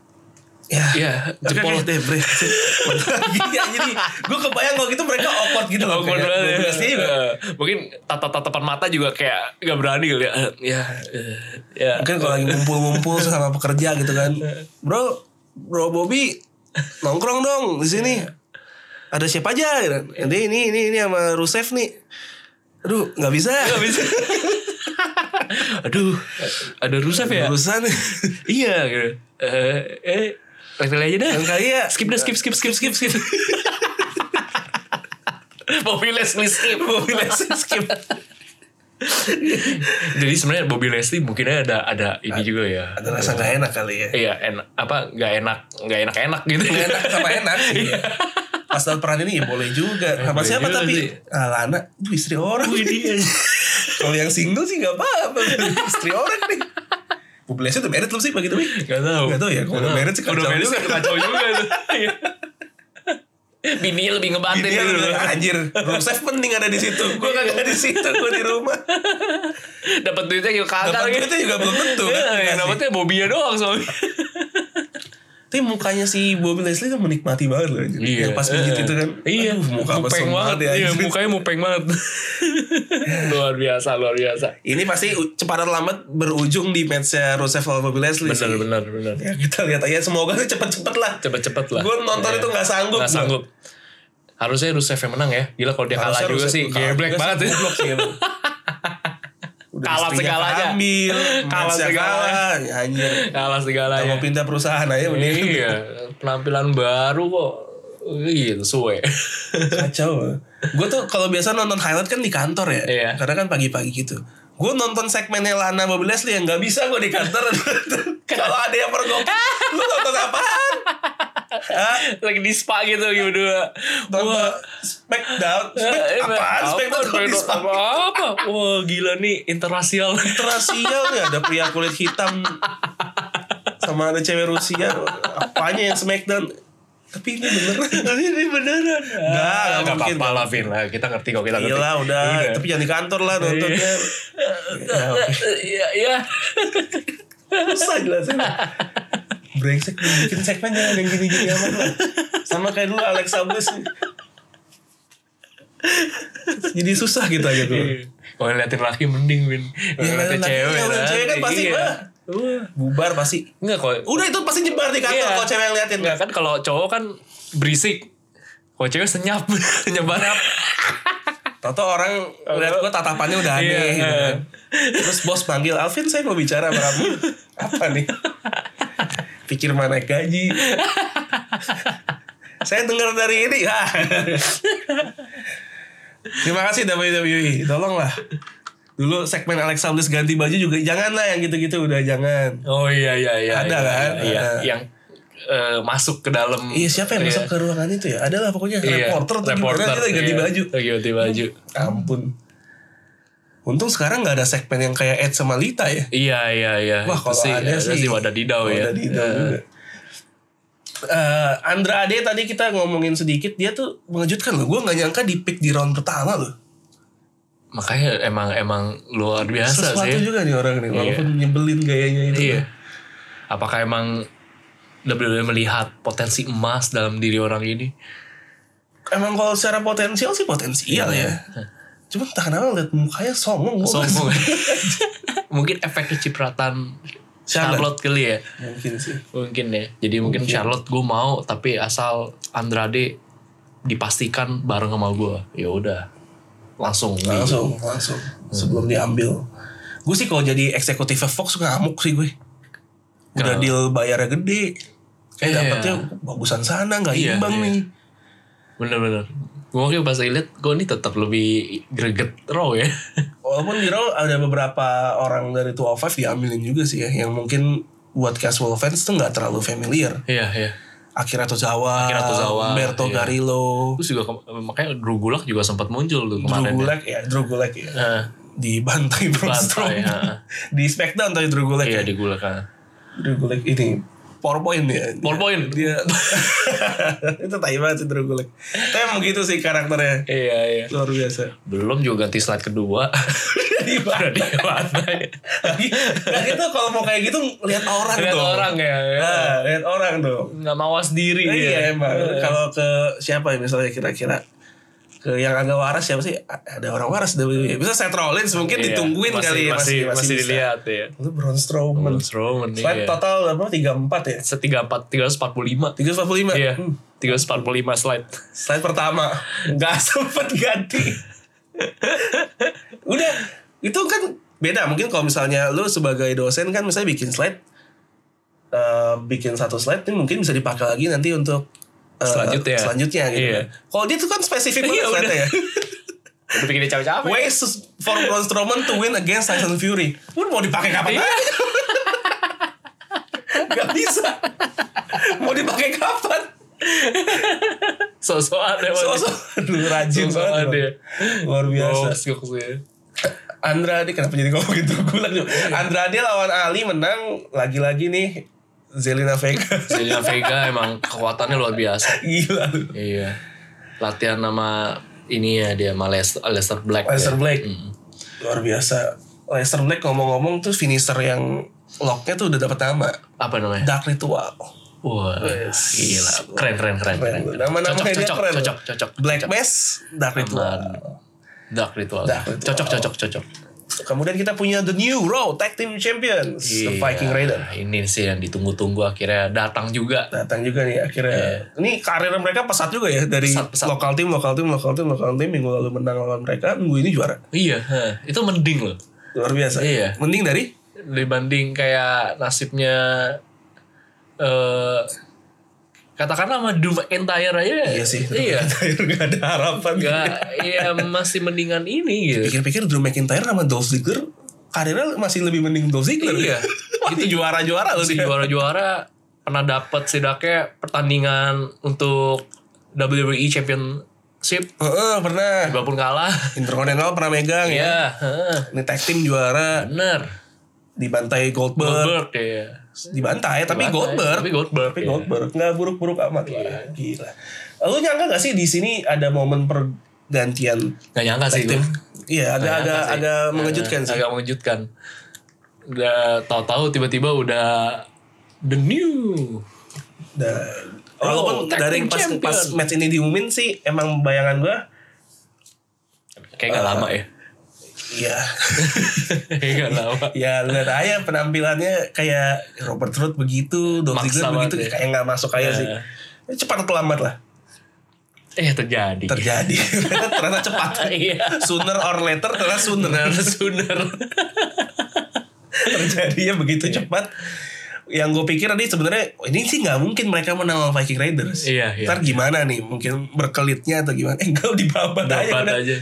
Speaker 1: ya.
Speaker 2: ya
Speaker 1: Oke,
Speaker 2: jempol
Speaker 1: oke, deh, bre. Gini, jadi gue kebayang kalau gitu mereka awkward gitu loh.
Speaker 2: Awkward
Speaker 1: Kayak
Speaker 2: banget ya.
Speaker 1: Bobby Leslie juga
Speaker 2: Eh, mungkin tatap-tatapan mata juga kayak nggak berani kali ya. Eh, Ya, eh, ya.
Speaker 1: Mungkin kalau lagi ngumpul-ngumpul sama pekerja gitu kan. Bro, bro Bobby nongkrong dong di sini.
Speaker 2: Iya.
Speaker 1: Ada siapa aja? gitu. Ini ini ini ini sama Rusev nih. Aduh, nggak bisa.
Speaker 2: Aduh, ada Rusev ya?
Speaker 1: Urusan.
Speaker 2: Iya, gitu. Eh, eh, lain aja dah.
Speaker 1: Lain kali ya.
Speaker 2: Skip dah, skip, skip, skip, skip, skip. Bobby Leslie skip.
Speaker 1: Bobby Leslie skip.
Speaker 2: Jadi sebenarnya Bobby Leslie mungkin ada ada ini juga ya.
Speaker 1: Ada rasa nggak enak kali ya.
Speaker 2: Iya, enak apa nggak enak, nggak enak-enak gitu.
Speaker 1: Nggak enak sama enak. Iya. Pas dalam peran ini ya boleh juga. Sama
Speaker 2: Eh, Boleh
Speaker 1: siapa
Speaker 2: juga sih.
Speaker 1: tapi ah, Lana, aduh, istri orang. Kalau yang single sih nggak apa-apa. Istri orang nih. Bobby Leslie udah married belum sih begitu?
Speaker 2: Gak tahu.
Speaker 1: Nggak tahu ya, kalau udah married sih
Speaker 2: Kalau udah
Speaker 1: kacau
Speaker 2: married
Speaker 1: juga.
Speaker 2: sih kacau juga tuh. Iya. Bininya lebih ngebantin
Speaker 1: Dia
Speaker 2: gitu.
Speaker 1: bilang, Iya, anjir, Rusev penting ada di situ. Gue
Speaker 2: Iya.
Speaker 1: kagak di situ, gue di rumah.
Speaker 2: Dapat duitnya gitu kagak
Speaker 1: Dapat
Speaker 2: gitu.
Speaker 1: duitnya juga belum tentu kan.
Speaker 2: Iya, yang
Speaker 1: Ngasih.
Speaker 2: dapatnya Bobby doang soalnya.
Speaker 1: Tapi mukanya si Bobby Leslie tuh menikmati banget loh. anjir. Yang pas pijit itu kan.
Speaker 2: Iya,
Speaker 1: aduh, muka
Speaker 2: mupeng
Speaker 1: mesum
Speaker 2: banget.
Speaker 1: ya.
Speaker 2: Iya,
Speaker 1: anjir.
Speaker 2: mukanya mupeng banget. luar biasa, luar biasa.
Speaker 1: Ini pasti u- cepat atau lambat berujung di matchnya Rusev sama Bobby Leslie
Speaker 2: Benar,
Speaker 1: sih.
Speaker 2: benar, benar.
Speaker 1: Ya, kita lihat aja semoga sih cepet-cepet lah.
Speaker 2: cepet-cepet lah. Iya.
Speaker 1: Gua nonton itu nggak sanggup
Speaker 2: Nggak
Speaker 1: gua.
Speaker 2: sanggup. Harusnya Rusev yang menang ya. Gila kalau dia kalah
Speaker 1: Harusnya
Speaker 2: juga
Speaker 1: Rusev
Speaker 2: sih.
Speaker 1: tuh kalah
Speaker 2: Geblek
Speaker 1: juga
Speaker 2: banget
Speaker 1: sih,
Speaker 2: ya.
Speaker 1: goblok sih emang. Udah
Speaker 2: Kalah
Speaker 1: istrinya
Speaker 2: segalanya.
Speaker 1: Ambil,
Speaker 2: Kalah
Speaker 1: matchnya
Speaker 2: segalanya.
Speaker 1: kalah. Ya, Anjir.
Speaker 2: Kalah
Speaker 1: Nggak
Speaker 2: segalanya.
Speaker 1: Mau pindah perusahaan aja mending.
Speaker 2: Iya, penampilan baru kok. Gitu, suwe.
Speaker 1: Kacau. Gue tuh kalau biasa nonton highlight kan di kantor ya.
Speaker 2: Iya.
Speaker 1: Karena kan pagi-pagi gitu. Gue nonton segmennya Lana Bobby Leslie yang gak bisa gue di kantor. kalau ada yang pergok, lu nonton apaan? Hah?
Speaker 2: Lagi di spa gitu, gitu dua.
Speaker 1: Nonton Smackdown? Smack,
Speaker 2: Eh,
Speaker 1: apaan? Smackdown
Speaker 2: apa,
Speaker 1: kalau di Smack-
Speaker 2: apa, apa? Wah, gila nih, interrasial.
Speaker 1: Interasial ya ada pria kulit hitam sama ada cewek Rusia apanya yang Smackdown tapi ini beneran
Speaker 2: ini beneran.
Speaker 1: Nggak,
Speaker 2: Ah,
Speaker 1: nggak
Speaker 2: Nggak
Speaker 1: mungkin.
Speaker 2: apa-apa Iya. lah Vin lah. Kita ngerti kok kita ngerti.
Speaker 1: Gila udah, tapi jangan di kantor lah nontonnya. Ya, oke.
Speaker 2: Iya iya.
Speaker 1: Susah jelasin. Brengsek nih, bikin segmen jangan yang gini-gini amat lah. Sama kayak dulu Alexa Bliss. Jadi susah gitu aja
Speaker 2: Iya.
Speaker 1: tuh.
Speaker 2: Kalau ngeliatin laki mending Win.
Speaker 1: Ya,
Speaker 2: Iya, Ngeliatin cewek.
Speaker 1: ya,
Speaker 2: lah.
Speaker 1: cewek kan pasti
Speaker 2: Iya.
Speaker 1: wah, bubar pasti.
Speaker 2: Enggak kalau
Speaker 1: Udah itu pasti nyebar di kantor
Speaker 2: Iya.
Speaker 1: kalau cewek yang liatin.
Speaker 2: Enggak kan kalau cowok kan berisik. Kalau cewek senyap, nyebar.
Speaker 1: Tato orang lihat gua tatapannya udah aneh.
Speaker 2: Iya.
Speaker 1: gitu kan. Terus bos panggil Alvin saya mau bicara sama kamu. Apa nih? Pikir mana naik gaji. saya dengar dari ini. Ah. Terima kasih WWE. Tolonglah. Dulu segmen Alexa Bliss ganti baju juga janganlah yang gitu-gitu udah jangan.
Speaker 2: Oh iya iya iya.
Speaker 1: Ada
Speaker 2: iya,
Speaker 1: kan?
Speaker 2: Iya. iya.
Speaker 1: Ada.
Speaker 2: Yang eh, masuk ke dalam.
Speaker 1: Iya siapa yang masuk ke ruangan itu ya? Adalah pokoknya
Speaker 2: Iya,
Speaker 1: reporter tuh
Speaker 2: reporter,
Speaker 1: gimana dia lagi ganti
Speaker 2: iya.
Speaker 1: baju.
Speaker 2: Lagi ganti baju.
Speaker 1: Ampun. Untung sekarang nggak ada segmen yang kayak Ed sama Lita ya.
Speaker 2: Iya iya iya.
Speaker 1: Wah
Speaker 2: Itu
Speaker 1: kalau ada, sih,
Speaker 2: wadah didau ya.
Speaker 1: Wadah didau
Speaker 2: Eh,
Speaker 1: juga. Eh, Andra Ade tadi kita ngomongin sedikit dia tuh mengejutkan loh. Gue nggak nyangka di pick di round pertama loh.
Speaker 2: Makanya emang emang luar biasa
Speaker 1: Sesuatu
Speaker 2: sih.
Speaker 1: juga gitu. nih orang nih walaupun nyebelin gayanya itu.
Speaker 2: Iya. Apakah emang WWE melihat potensi emas dalam diri orang ini?
Speaker 1: Emang kalau secara potensial sih potensial
Speaker 2: Iya.
Speaker 1: ya. Cuma entah kenapa liat mukanya songong. gua
Speaker 2: Sombong. mungkin efek kecipratan
Speaker 1: Charlotte.
Speaker 2: Charlotte kali ya.
Speaker 1: Mungkin sih.
Speaker 2: Mungkin ya. Jadi mungkin, Charlotte gue mau tapi asal Andrade dipastikan bareng sama gue. Ya udah. Langsung. di-
Speaker 1: Langsung, Iya, langsung. Sebelum diambil. Gue sih kalau jadi eksekutifnya Fox ngamuk sih gue. Udah deal bayarnya gede. Kayak
Speaker 2: Iya.
Speaker 1: dapetnya bagusan sana, nggak
Speaker 2: Iya,
Speaker 1: imbang
Speaker 2: iya.
Speaker 1: nih.
Speaker 2: Bener-bener. Gue mungkin pas lihat gue ini tetap lebih greget raw ya.
Speaker 1: Walaupun di Raw ada beberapa orang dari 205 diambilin juga sih ya. Yang mungkin buat casual fans tuh nggak terlalu familiar.
Speaker 2: Iya, iya.
Speaker 1: Akira Tozawa,
Speaker 2: Akira Tozawa,
Speaker 1: Humberto
Speaker 2: iya.
Speaker 1: Garillo,
Speaker 2: Terus juga ke- makanya Drew Gulak juga sempat muncul tuh
Speaker 1: Drew
Speaker 2: kemarin.
Speaker 1: Gulak ya, Drew Gulak ya.
Speaker 2: Eh,
Speaker 1: Dibantai Braun
Speaker 2: Bantai,
Speaker 1: Strowman.
Speaker 2: ha.
Speaker 1: di SmackDown tadi Drew Gulak
Speaker 2: iya
Speaker 1: ya.
Speaker 2: di Gulak. ah.
Speaker 1: Drew Gulak ini PowerPoint ya.
Speaker 2: PowerPoint.
Speaker 1: dia itu tai banget sih Drew Gulak. Tapi emang gitu sih karakternya
Speaker 2: Iya, iya.
Speaker 1: luar biasa.
Speaker 2: Belum juga ganti slide kedua.
Speaker 1: Jadi
Speaker 2: Udah di lantai.
Speaker 1: lagi lagi tuh kalau mau kayak gitu lihat orang
Speaker 2: Lihat
Speaker 1: dong.
Speaker 2: orang ya. ya.
Speaker 1: Nah, lihat orang dong.
Speaker 2: Nggak mawas diri.
Speaker 1: Nah,
Speaker 2: dia.
Speaker 1: iya emang. Kalau ke siapa ya misalnya kira-kira ke yang agak waras siapa sih? A- Ada orang waras WWE. Bisa Seth Rollins mungkin
Speaker 2: Iya,
Speaker 1: ditungguin
Speaker 2: masih,
Speaker 1: kali ya,
Speaker 2: masih, masih,
Speaker 1: bisa.
Speaker 2: dilihat ya.
Speaker 1: Itu Braun Strowman.
Speaker 2: Strowman
Speaker 1: Slide
Speaker 2: iya.
Speaker 1: total berapa? 34 ya?
Speaker 2: Setiga empat, tiga ratus empat puluh lima.
Speaker 1: 345.
Speaker 2: Iya,
Speaker 1: Hmm.
Speaker 2: tiga ratus empat puluh lima slide.
Speaker 1: Slide pertama nggak sempet ganti. Udah itu kan beda mungkin kalau misalnya lu sebagai dosen kan misalnya bikin slide eh, bikin satu slide ini mungkin bisa dipakai lagi nanti untuk eh,
Speaker 2: Selanjutnya.
Speaker 1: selanjutnya gitu.
Speaker 2: Iya.
Speaker 1: kan. Kalau dia tuh kan spesifik banget
Speaker 2: Iya, udah.
Speaker 1: slide-nya ya.
Speaker 2: Udah bikin dia capek-capek.
Speaker 1: Ways for Braun Strowman to win against Tyson Fury. Lu mau dipakai kapan
Speaker 2: Iya.
Speaker 1: lagi? Gak bisa. Mau dipakai kapan?
Speaker 2: Sosokan ya.
Speaker 1: Sosok. Aduh rajin
Speaker 2: Sosokan
Speaker 1: banget.
Speaker 2: dia.
Speaker 1: Luar biasa.
Speaker 2: Goksil sih.
Speaker 1: Andrade kenapa jadi gitu? ngomongin Drew Gulak juga?
Speaker 2: Iya.
Speaker 1: Andrade lawan Ali menang lagi-lagi nih Zelina Vega
Speaker 2: Zelina Vega emang kekuatannya luar biasa.
Speaker 1: gila lu.
Speaker 2: Iya. Latihan nama ini ya dia sama Lester, Lester Black.
Speaker 1: Lester
Speaker 2: ya.
Speaker 1: Black
Speaker 2: Mm.
Speaker 1: luar biasa Lester Black ngomong-ngomong tuh finisher yang locknya tuh udah dapet nama
Speaker 2: Apa namanya?
Speaker 1: Dark Ritual
Speaker 2: Wah, gila. Keren, keren, keren. keren.
Speaker 1: nama-nama
Speaker 2: cocok,
Speaker 1: dia
Speaker 2: cocok,
Speaker 1: keren
Speaker 2: cocok, cocok.
Speaker 1: Black
Speaker 2: cocok.
Speaker 1: Mass Dark Ritual
Speaker 2: Dark Ritual.
Speaker 1: Dark Ritual.
Speaker 2: Cocok, cocok, cocok.
Speaker 1: kemudian kita punya The New Raw Tag Team Champions The
Speaker 2: Iya.
Speaker 1: Viking Raider
Speaker 2: Ini sih yang ditunggu-tunggu akhirnya datang juga.
Speaker 1: datang juga nih akhirnya. Ini karir mereka pesat juga ya dari
Speaker 2: Iya. Pesat, pesat.
Speaker 1: lokal tim, lokal tim, lokal tim, lokal tim minggu lalu menang lawan mereka, minggu ini juara.
Speaker 2: Iya, heh. itu mending loh.
Speaker 1: Luar biasa.
Speaker 2: Iya.
Speaker 1: Mending dari
Speaker 2: Dibanding kayak nasibnya eh katakanlah sama Doom Entire aja.
Speaker 1: Iya sih.
Speaker 2: Iya.
Speaker 1: gak ada harapan.
Speaker 2: Gak, ya masih mendingan ini gitu.
Speaker 1: Pikir-pikir Drew McIntyre sama Dolph Ziggler karirnya masih lebih mending Dolph Ziggler.
Speaker 2: Iya.
Speaker 1: Itu juara-juara loh
Speaker 2: si
Speaker 1: dia.
Speaker 2: juara-juara pernah dapat setidaknya pertandingan untuk WWE Championship
Speaker 1: Heeh, pernah.
Speaker 2: walaupun kalah.
Speaker 1: Intercontinental pernah megang ya.
Speaker 2: Iya, heeh.
Speaker 1: Ini tag team juara
Speaker 2: bener.
Speaker 1: dibantai Goldberg.
Speaker 2: Goldberg ya.
Speaker 1: dibantai tapi Goldberg
Speaker 2: Tapi Goldberg.
Speaker 1: tapi
Speaker 2: ya.
Speaker 1: Goldberg nggak buruk-buruk amat
Speaker 2: Iya.
Speaker 1: lah gila lu nyangka gak sih di sini ada momen pergantian
Speaker 2: Gak nyangka sih
Speaker 1: tim
Speaker 2: gue.
Speaker 1: iya ada
Speaker 2: Gak
Speaker 1: ada
Speaker 2: nyangka sih.
Speaker 1: ada mengejutkan
Speaker 2: Eh,
Speaker 1: sih
Speaker 2: Agak mengejutkan. Udah tahu-tahu tiba-tiba udah the new.
Speaker 1: Da- walaupun
Speaker 2: Oh, tag
Speaker 1: dari
Speaker 2: team
Speaker 1: pas
Speaker 2: champion.
Speaker 1: pas match ini diumumin sih emang bayangan gua
Speaker 2: Kayak gak lama ya.
Speaker 1: iya
Speaker 2: Kayak gak lama.
Speaker 1: ya lihat aja penampilannya kayak Robert Root begitu Dolph
Speaker 2: Maksa
Speaker 1: Ziggler
Speaker 2: banget
Speaker 1: begitu
Speaker 2: ya.
Speaker 1: kayak nggak masuk aja
Speaker 2: Ya.
Speaker 1: sih cepat atau lambat lah
Speaker 2: Eh terjadi.
Speaker 1: terjadi ternyata cepat
Speaker 2: Iya. Nah,
Speaker 1: sooner or later ternyata sooner
Speaker 2: Sunar.
Speaker 1: terjadinya begitu
Speaker 2: Iya.
Speaker 1: cepat yang gue pikir tadi sebenarnya "Oh, ini sih nggak mungkin mereka menang lawan Viking Raiders
Speaker 2: Iya, iya.
Speaker 1: ntar gimana nih mungkin berkelitnya atau gimana eh enggak dibabat aja,
Speaker 2: Dapat
Speaker 1: udah.
Speaker 2: aja.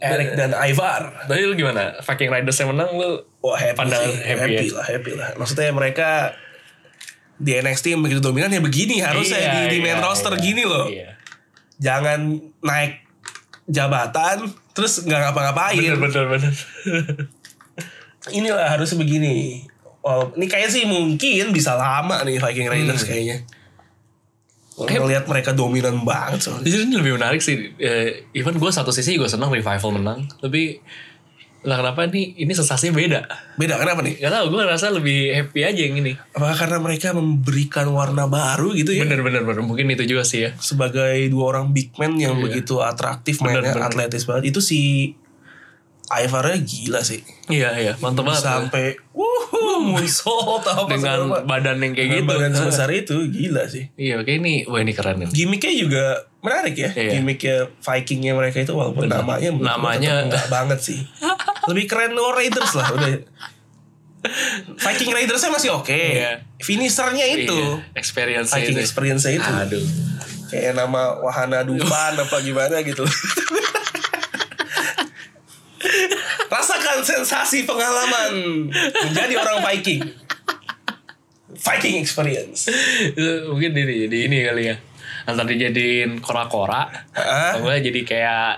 Speaker 1: Eric dan Ivar
Speaker 2: Tadi lu gimana? Viking Riders yang menang lu
Speaker 1: Wah happy
Speaker 2: Pandangan
Speaker 1: sih.
Speaker 2: happy ya.
Speaker 1: lah, happy lah. Maksudnya mereka di NXT yang begitu dominan ya begini harusnya
Speaker 2: Iya,
Speaker 1: di, di main
Speaker 2: iya,
Speaker 1: roster
Speaker 2: iya.
Speaker 1: gini loh.
Speaker 2: Iya.
Speaker 1: Jangan naik jabatan terus nggak ngapa-ngapain.
Speaker 2: Bener bener bener.
Speaker 1: Inilah harusnya begini. Oh, ini kayaknya sih mungkin bisa lama nih Viking
Speaker 2: Hmm.
Speaker 1: Raiders kayaknya. Kalau ngeliat mereka dominan banget soalnya.
Speaker 2: Jadi ini lebih menarik sih. Eh, even gue satu sisi gue senang revival menang, tapi lah kenapa nih ini sensasinya beda?
Speaker 1: Beda kenapa nih?
Speaker 2: Gak tau gue rasa lebih happy aja yang ini.
Speaker 1: Apakah karena mereka memberikan warna baru gitu ya?
Speaker 2: Bener bener bener. Mungkin itu juga sih ya.
Speaker 1: sebagai dua orang big man yang begitu atraktif mainnya
Speaker 2: Iya. bener.
Speaker 1: atletis banget itu si Ivarnya gila sih
Speaker 2: Iya iya. Mantap banget.
Speaker 1: sampai wuhu moonsault apa segala
Speaker 2: Dengan
Speaker 1: macam.
Speaker 2: badan yang kayak
Speaker 1: Dengan
Speaker 2: gitu.
Speaker 1: badan sebesar itu gila sih
Speaker 2: Iya, kayak ini, wah ini keren nih.
Speaker 1: gimmicknya juga menarik ya
Speaker 2: Iya.
Speaker 1: gimmicknya Vikingnya mereka itu walaupun namanya menurut gua
Speaker 2: Namanya-
Speaker 1: tetap enggak banget sih lebih keren War Raiders lah udah Viking Raidersnya masih oke
Speaker 2: Iya.
Speaker 1: finishernya itu
Speaker 2: Iya, Ah. experience
Speaker 1: Viking
Speaker 2: itu.
Speaker 1: Gitu. experience itu
Speaker 2: Aduh.
Speaker 1: kayak nama wahana Dufan apa gimana gitu. Rasakan sensasi pengalaman menjadi orang Viking. Viking experience.
Speaker 2: Itu mungkin di, di ini kali ya. Antar dijadiin kora-kora.
Speaker 1: Hah? Ya,
Speaker 2: Atau enggak jadi kayak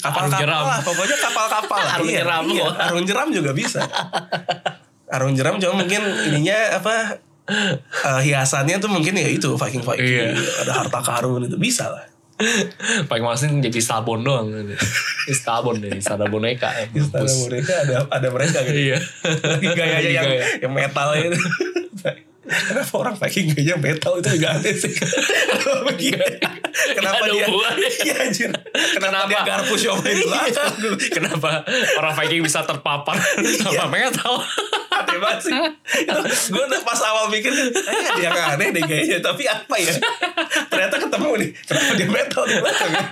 Speaker 2: arung
Speaker 1: Kapal-kapal
Speaker 2: jeram.
Speaker 1: lah, pokoknya kapal-kapal. lah.
Speaker 2: Arung
Speaker 1: Iya,
Speaker 2: jeram.
Speaker 1: iya, arung jeram juga bisa. Arung jeram cuma mungkin ininya apa eh, hiasannya tuh mungkin ya itu Viking Viking
Speaker 2: Iya.
Speaker 1: ada harta karun itu bisa lah.
Speaker 2: Paling malesin jadi sabon doang. Ini Sabon deh, sabon boneka.
Speaker 1: Istana
Speaker 2: Mampus.
Speaker 1: mereka ada ada mereka gitu.
Speaker 2: Iya.
Speaker 1: gayanya yang
Speaker 2: Gaya.
Speaker 1: yang metal itu. Kenapa orang Viking gaya metal itu juga aneh sih? Kenapa begini? Kenapa
Speaker 2: Ada
Speaker 1: dia?
Speaker 2: hubungannya.
Speaker 1: Iya anjir. Kenapa,
Speaker 2: Kenapa? Iya.
Speaker 1: dia garpu siomay di belakang?
Speaker 2: Kenapa orang Viking bisa terpapar
Speaker 1: Iya.
Speaker 2: sama metal?
Speaker 1: Aneh banget sih. Gue udah pas awal mikir, kayaknya ada yang aneh deh gayanya. Tapi apa ya? Ternyata ketemu nih. Kenapa dia metal di belakang? ya?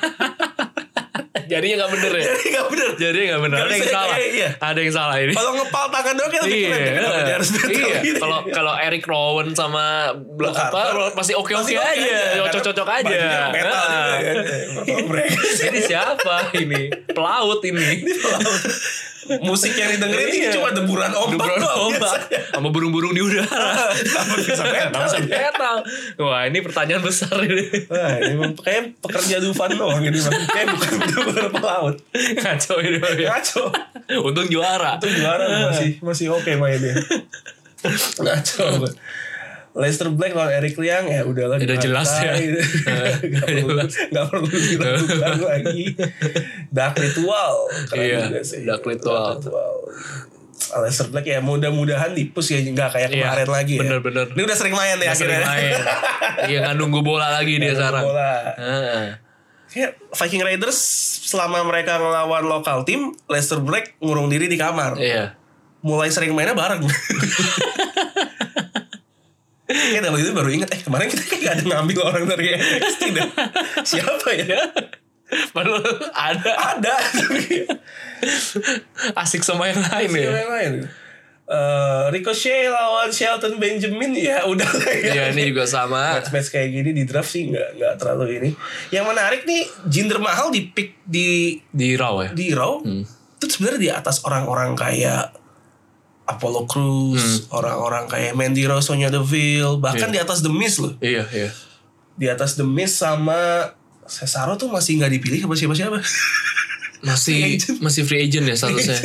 Speaker 2: Jadinya nggak bener ya?
Speaker 1: Jadi gak bener.
Speaker 2: Jadinya nggak bener.
Speaker 1: Nggak
Speaker 2: Ada yang
Speaker 1: bisa,
Speaker 2: salah.
Speaker 1: kayak- iya.
Speaker 2: Ada yang salah ini.
Speaker 1: Kalau ngepal tangan doang kan lebih keren. Kenapa dia
Speaker 2: Iya,
Speaker 1: harus metal gitu ya?
Speaker 2: iya.
Speaker 1: gini?
Speaker 2: Kalau kalau Eric Rowan sama Black
Speaker 1: Black Harper.
Speaker 2: apa masih oke oke
Speaker 1: Masih oke
Speaker 2: aja,
Speaker 1: karena
Speaker 2: cocok-cocok aja.
Speaker 1: bajunya Metal juga
Speaker 2: Nah.
Speaker 1: kan. Eh, bapak mereka sih.
Speaker 2: Ini siapa ini? Pelaut ini.
Speaker 1: musik yang didengerin ini
Speaker 2: Iya.
Speaker 1: cuma deburan ombak
Speaker 2: Deburan
Speaker 1: doang
Speaker 2: ombak
Speaker 1: biasanya.
Speaker 2: sama burung-burung di udara.
Speaker 1: Kenapa bisa metal
Speaker 2: Bangsa
Speaker 1: ya?
Speaker 2: metal. Wah, ini pertanyaan besar ini.
Speaker 1: Wah, ini emang kayak pekerja Dufan doang ini Bang. kayak bukan deburan pelaut.
Speaker 2: Oh, Kacau ini.
Speaker 1: Ngaco.
Speaker 2: Untung juara.
Speaker 1: Itu juara masih masih oke mainnya. Ngaco. Leicester Black lawan Eric Liang ya udahlah
Speaker 2: Udah
Speaker 1: dibantai.
Speaker 2: jelas ya.
Speaker 1: Nggak perlu
Speaker 2: jelas.
Speaker 1: nggak perlu dilakukan lagi Dark Ritual keren
Speaker 2: Iya,
Speaker 1: juga sih.
Speaker 2: Dark Ritual.
Speaker 1: Leicester Black ya mudah-mudahan dipus ya nggak kayak
Speaker 2: Iya,
Speaker 1: kemarin lagi ya.
Speaker 2: bener-bener.
Speaker 1: Ini udah sering main ya
Speaker 2: Nggak sering main. Iya nggak nunggu bola lagi dia sekarang.
Speaker 1: Bola.
Speaker 2: Heeh.
Speaker 1: Kayak Viking Raiders selama mereka ngelawan lokal tim, Leicester Black ngurung diri di kamar.
Speaker 2: Iya.
Speaker 1: Mulai sering mainnya bareng. Kayak dalam itu baru inget, eh kemarin kita kayak ada ngambil orang dari NXT dah. Siapa ya?
Speaker 2: Padahal ada
Speaker 1: Ada.
Speaker 2: asik sama yang lain ya.
Speaker 1: Yang lain. Eh, Ricochet lawan Shelton Benjamin ya udah lah ya.
Speaker 2: Iya ini juga sama.
Speaker 1: match kayak gini di draft sih nggak nggak terlalu ini. Yang menarik nih Jinder Mahal di pick di
Speaker 2: Di Raw ya.
Speaker 1: di Raw itu sebenarnya di atas orang-orang kayak Apollo Crews,
Speaker 2: Hmm.
Speaker 1: orang-orang kayak Mandy Rose, Sonya Deville, bahkan di atas The Miz loh.
Speaker 2: Iya iya.
Speaker 1: Di atas The Miz sama Cesaro tuh masih nggak dipilih sama siapa-siapa.
Speaker 2: Masih masih free agent ya statusnya.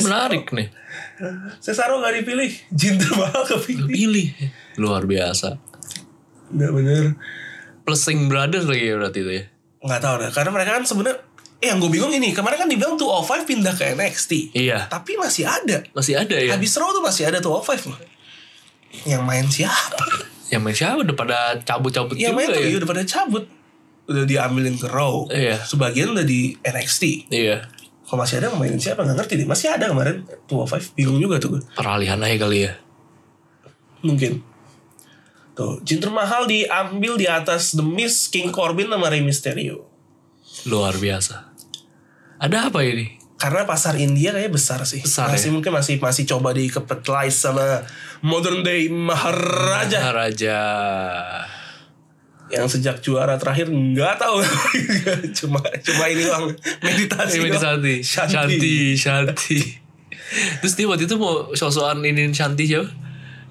Speaker 2: Oh, menarik nih.
Speaker 1: Cesaro gak dipilih. Jin termahal kepilih.
Speaker 2: Pilih. Luar biasa.
Speaker 1: Nggak bener.
Speaker 2: Blessing Brothers lagi ya berarti itu ya.
Speaker 1: Nggak tahu deh. Karena mereka kan sebenarnya Eh yang gue bingung ini. Kemarin kan dibilang 205 pindah ke NXT.
Speaker 2: Iya.
Speaker 1: Tapi masih ada.
Speaker 2: Masih ada ya.
Speaker 1: Habis Raw tuh masih ada 205 loh. Yang main siapa?
Speaker 2: Yang main siapa udah pada cabut-cabut
Speaker 1: Yang
Speaker 2: juga
Speaker 1: main tuh
Speaker 2: ya.
Speaker 1: ya udah pada cabut. Udah diambilin ke Raw.
Speaker 2: Iya.
Speaker 1: Sebagian udah di NXT.
Speaker 2: Iya.
Speaker 1: Kalau masih ada pemain siapa nggak ngerti deh. Masih ada kemarin 205. Bingung juga tuh gue.
Speaker 2: Peralihan aja kali ya.
Speaker 1: Mungkin. Tuh, jin termahal diambil di atas The Miz, King Corbin sama Rey Mysterio.
Speaker 2: Luar biasa. Ada apa ini?
Speaker 1: Karena pasar India kayaknya besar sih.
Speaker 2: Besar, ya.
Speaker 1: masih mungkin masih masih coba di capitalize sama modern day Maharaja
Speaker 2: Raja.
Speaker 1: yang sejak juara terakhir nggak tahu cuma cuma ini doang meditasi.
Speaker 2: Ini
Speaker 1: doang.
Speaker 2: Iya, Shanti.
Speaker 1: Iya, Shanti.
Speaker 2: Shanti. Shanti. Terus dia waktu itu mau sosokan ini Shanti siapa?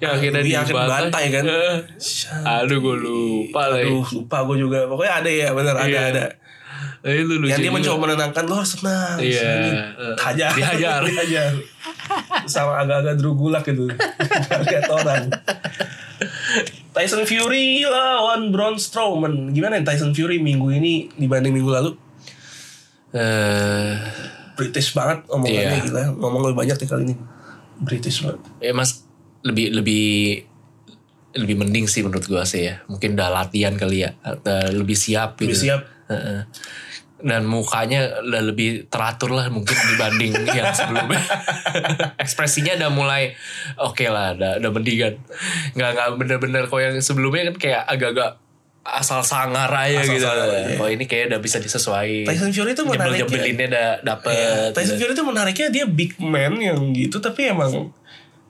Speaker 1: Ah,
Speaker 2: Yang akhirnya
Speaker 1: Yang akhirnya
Speaker 2: dibantai.
Speaker 1: dibantai kan.
Speaker 2: Eh.
Speaker 1: Shanti.
Speaker 2: Aduh gue lupa ya. lagi.
Speaker 1: Aduh, lupa gue juga. Pokoknya ada ya, bener ada
Speaker 2: Iya.
Speaker 1: ada.
Speaker 2: Eh, lu lucu
Speaker 1: Yang dia
Speaker 2: juga.
Speaker 1: mencoba menenangkan lo harus tenang.
Speaker 2: Iya.
Speaker 1: Hajar.
Speaker 2: Dihajar.
Speaker 1: Dihajar. Sama agak-agak drugulak gitu. Nggak Lihat orang. Tyson Fury lawan Braun Strowman. Gimana nih Tyson Fury minggu ini dibanding minggu lalu?
Speaker 2: Eh,
Speaker 1: British banget omongannya
Speaker 2: Iya.
Speaker 1: gila. Ngomong lebih banyak nih kali ini. British banget.
Speaker 2: ya mas lebih lebih lebih mending sih menurut gua sih ya. Mungkin udah latihan kali ya, Eh, lebih siap gitu.
Speaker 1: Lebih siap.
Speaker 2: Heeh. Dan mukanya udah lebih teratur lah mungkin dibanding yang sebelumnya. Ekspresinya udah mulai oke lah, udah, udah mendingan. Nggak, nggak bener-bener kalau yang sebelumnya kan kayak agak-agak asal sangar aja
Speaker 1: Asal
Speaker 2: gitu.
Speaker 1: sangar aja.
Speaker 2: Kalau ini kayak udah bisa disesuaikan.
Speaker 1: Tyson Fury tuh menarik ya.
Speaker 2: Jebel-jebelinnya udah dapet.
Speaker 1: Iya,
Speaker 2: Iya.
Speaker 1: Tyson Fury itu menariknya dia big man yang gitu tapi emang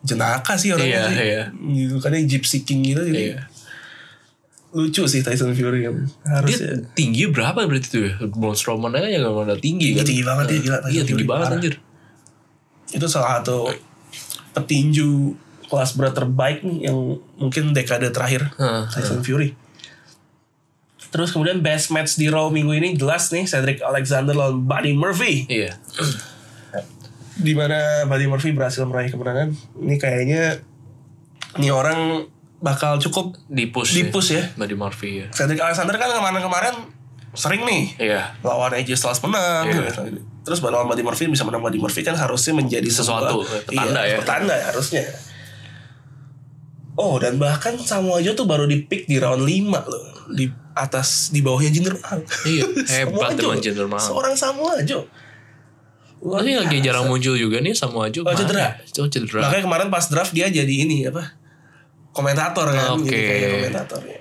Speaker 1: jenaka sih orangnya
Speaker 2: Iya,
Speaker 1: sih.
Speaker 2: iya.
Speaker 1: Gitu kan yang gypsy king gitu jadi
Speaker 2: Iya.
Speaker 1: lucu sih Tyson Fury kan.
Speaker 2: Dia
Speaker 1: Harusnya.
Speaker 2: tinggi berapa berarti tuh ya? Braun Strowman aja gak udah
Speaker 1: Tinggi,
Speaker 2: tinggi kan?
Speaker 1: tinggi banget dia, gila, Tyson
Speaker 2: Iya tinggi
Speaker 1: Fury,
Speaker 2: banget
Speaker 1: parah.
Speaker 2: anjir.
Speaker 1: itu salah satu petinju kelas berat terbaik nih yang mungkin dekade terakhir
Speaker 2: Heeh.
Speaker 1: Tyson Fury. Terus kemudian best match di Raw minggu ini jelas nih Cedric Alexander lawan Buddy Murphy.
Speaker 2: Iya.
Speaker 1: Di mana Buddy Murphy berhasil meraih kemenangan. Ini kayaknya ini orang bakal cukup
Speaker 2: Di push.
Speaker 1: Di-push ya.
Speaker 2: Buddy Murphy ya.
Speaker 1: Cedric Alexander kan kemarin-kemarin sering nih
Speaker 2: Iya.
Speaker 1: lawan AJ Styles menang
Speaker 2: Iya.
Speaker 1: gitu. terus lawan Buddy Murphy bisa menang Buddy Murphy kan harusnya menjadi
Speaker 2: Sesuatu,
Speaker 1: sebuah-
Speaker 2: petanda
Speaker 1: iya,
Speaker 2: ya.
Speaker 1: petanda harusnya oh dan bahkan Samoa Joe tuh baru di pick di round 5 loh di atas di bawahnya Jinder Mahal
Speaker 2: Iya,
Speaker 1: Samoa
Speaker 2: hebat
Speaker 1: Joe.
Speaker 2: emang Jinder Mahal.
Speaker 1: seorang Samoa Joe Luar
Speaker 2: Tapi lagi
Speaker 1: biasa.
Speaker 2: jarang muncul juga nih sama Aju.
Speaker 1: Oh, cedera.
Speaker 2: Oh, cedera.
Speaker 1: makanya kemarin pas draft dia jadi ini apa komentator kan
Speaker 2: Oke.
Speaker 1: jadi kayak komentator ya.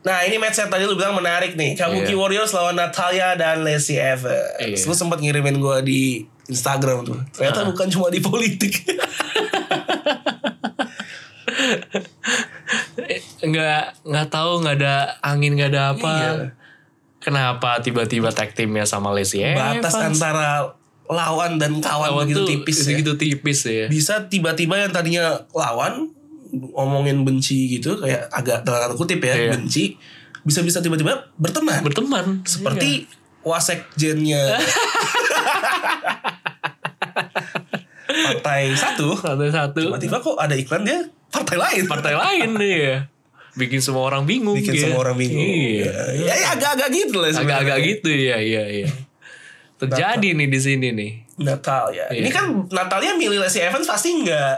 Speaker 1: Nah ini match yang tadi lu bilang menarik nih Kabuki
Speaker 2: Iya.
Speaker 1: Warriors lawan Natalia dan Lacey Evans
Speaker 2: Iya. Ah.
Speaker 1: Lu sempat ngirimin gue di Instagram tuh Ternyata bukan cuma di politik
Speaker 2: Eh, Nggak nggak tahu nggak ada angin nggak ada apa.
Speaker 1: Iya.
Speaker 2: Kenapa tiba-tiba tag teamnya sama Lacey Evans?
Speaker 1: Batas antara lawan dan kawan
Speaker 2: Lawan
Speaker 1: begitu
Speaker 2: tuh
Speaker 1: tipis ya.
Speaker 2: Gitu tipis ya.
Speaker 1: Bisa tiba-tiba yang tadinya lawan Ngomongin benci gitu Kayak agak dalam tanda kutip ya
Speaker 2: Iya.
Speaker 1: Benci Bisa-bisa tiba-tiba berteman
Speaker 2: Berteman.
Speaker 1: Seperti
Speaker 2: Iya.
Speaker 1: Wasek Jennya Partai satu
Speaker 2: Iya, satu-satu.
Speaker 1: tiba-tiba kok ada iklan dia partai lain
Speaker 2: partai lain nih ya. Bikin semua orang bingung.
Speaker 1: bikin
Speaker 2: ya.
Speaker 1: semua orang bingung
Speaker 2: Iya.
Speaker 1: ya ya, agak-agak gitu lah sebenarnya.
Speaker 2: Agak-agak gitu ya, iya, iya. Terjadi nih di sini nih.
Speaker 1: Natalia ini
Speaker 2: Iya.
Speaker 1: kan Natalia milih Leslie Evans pasti nggak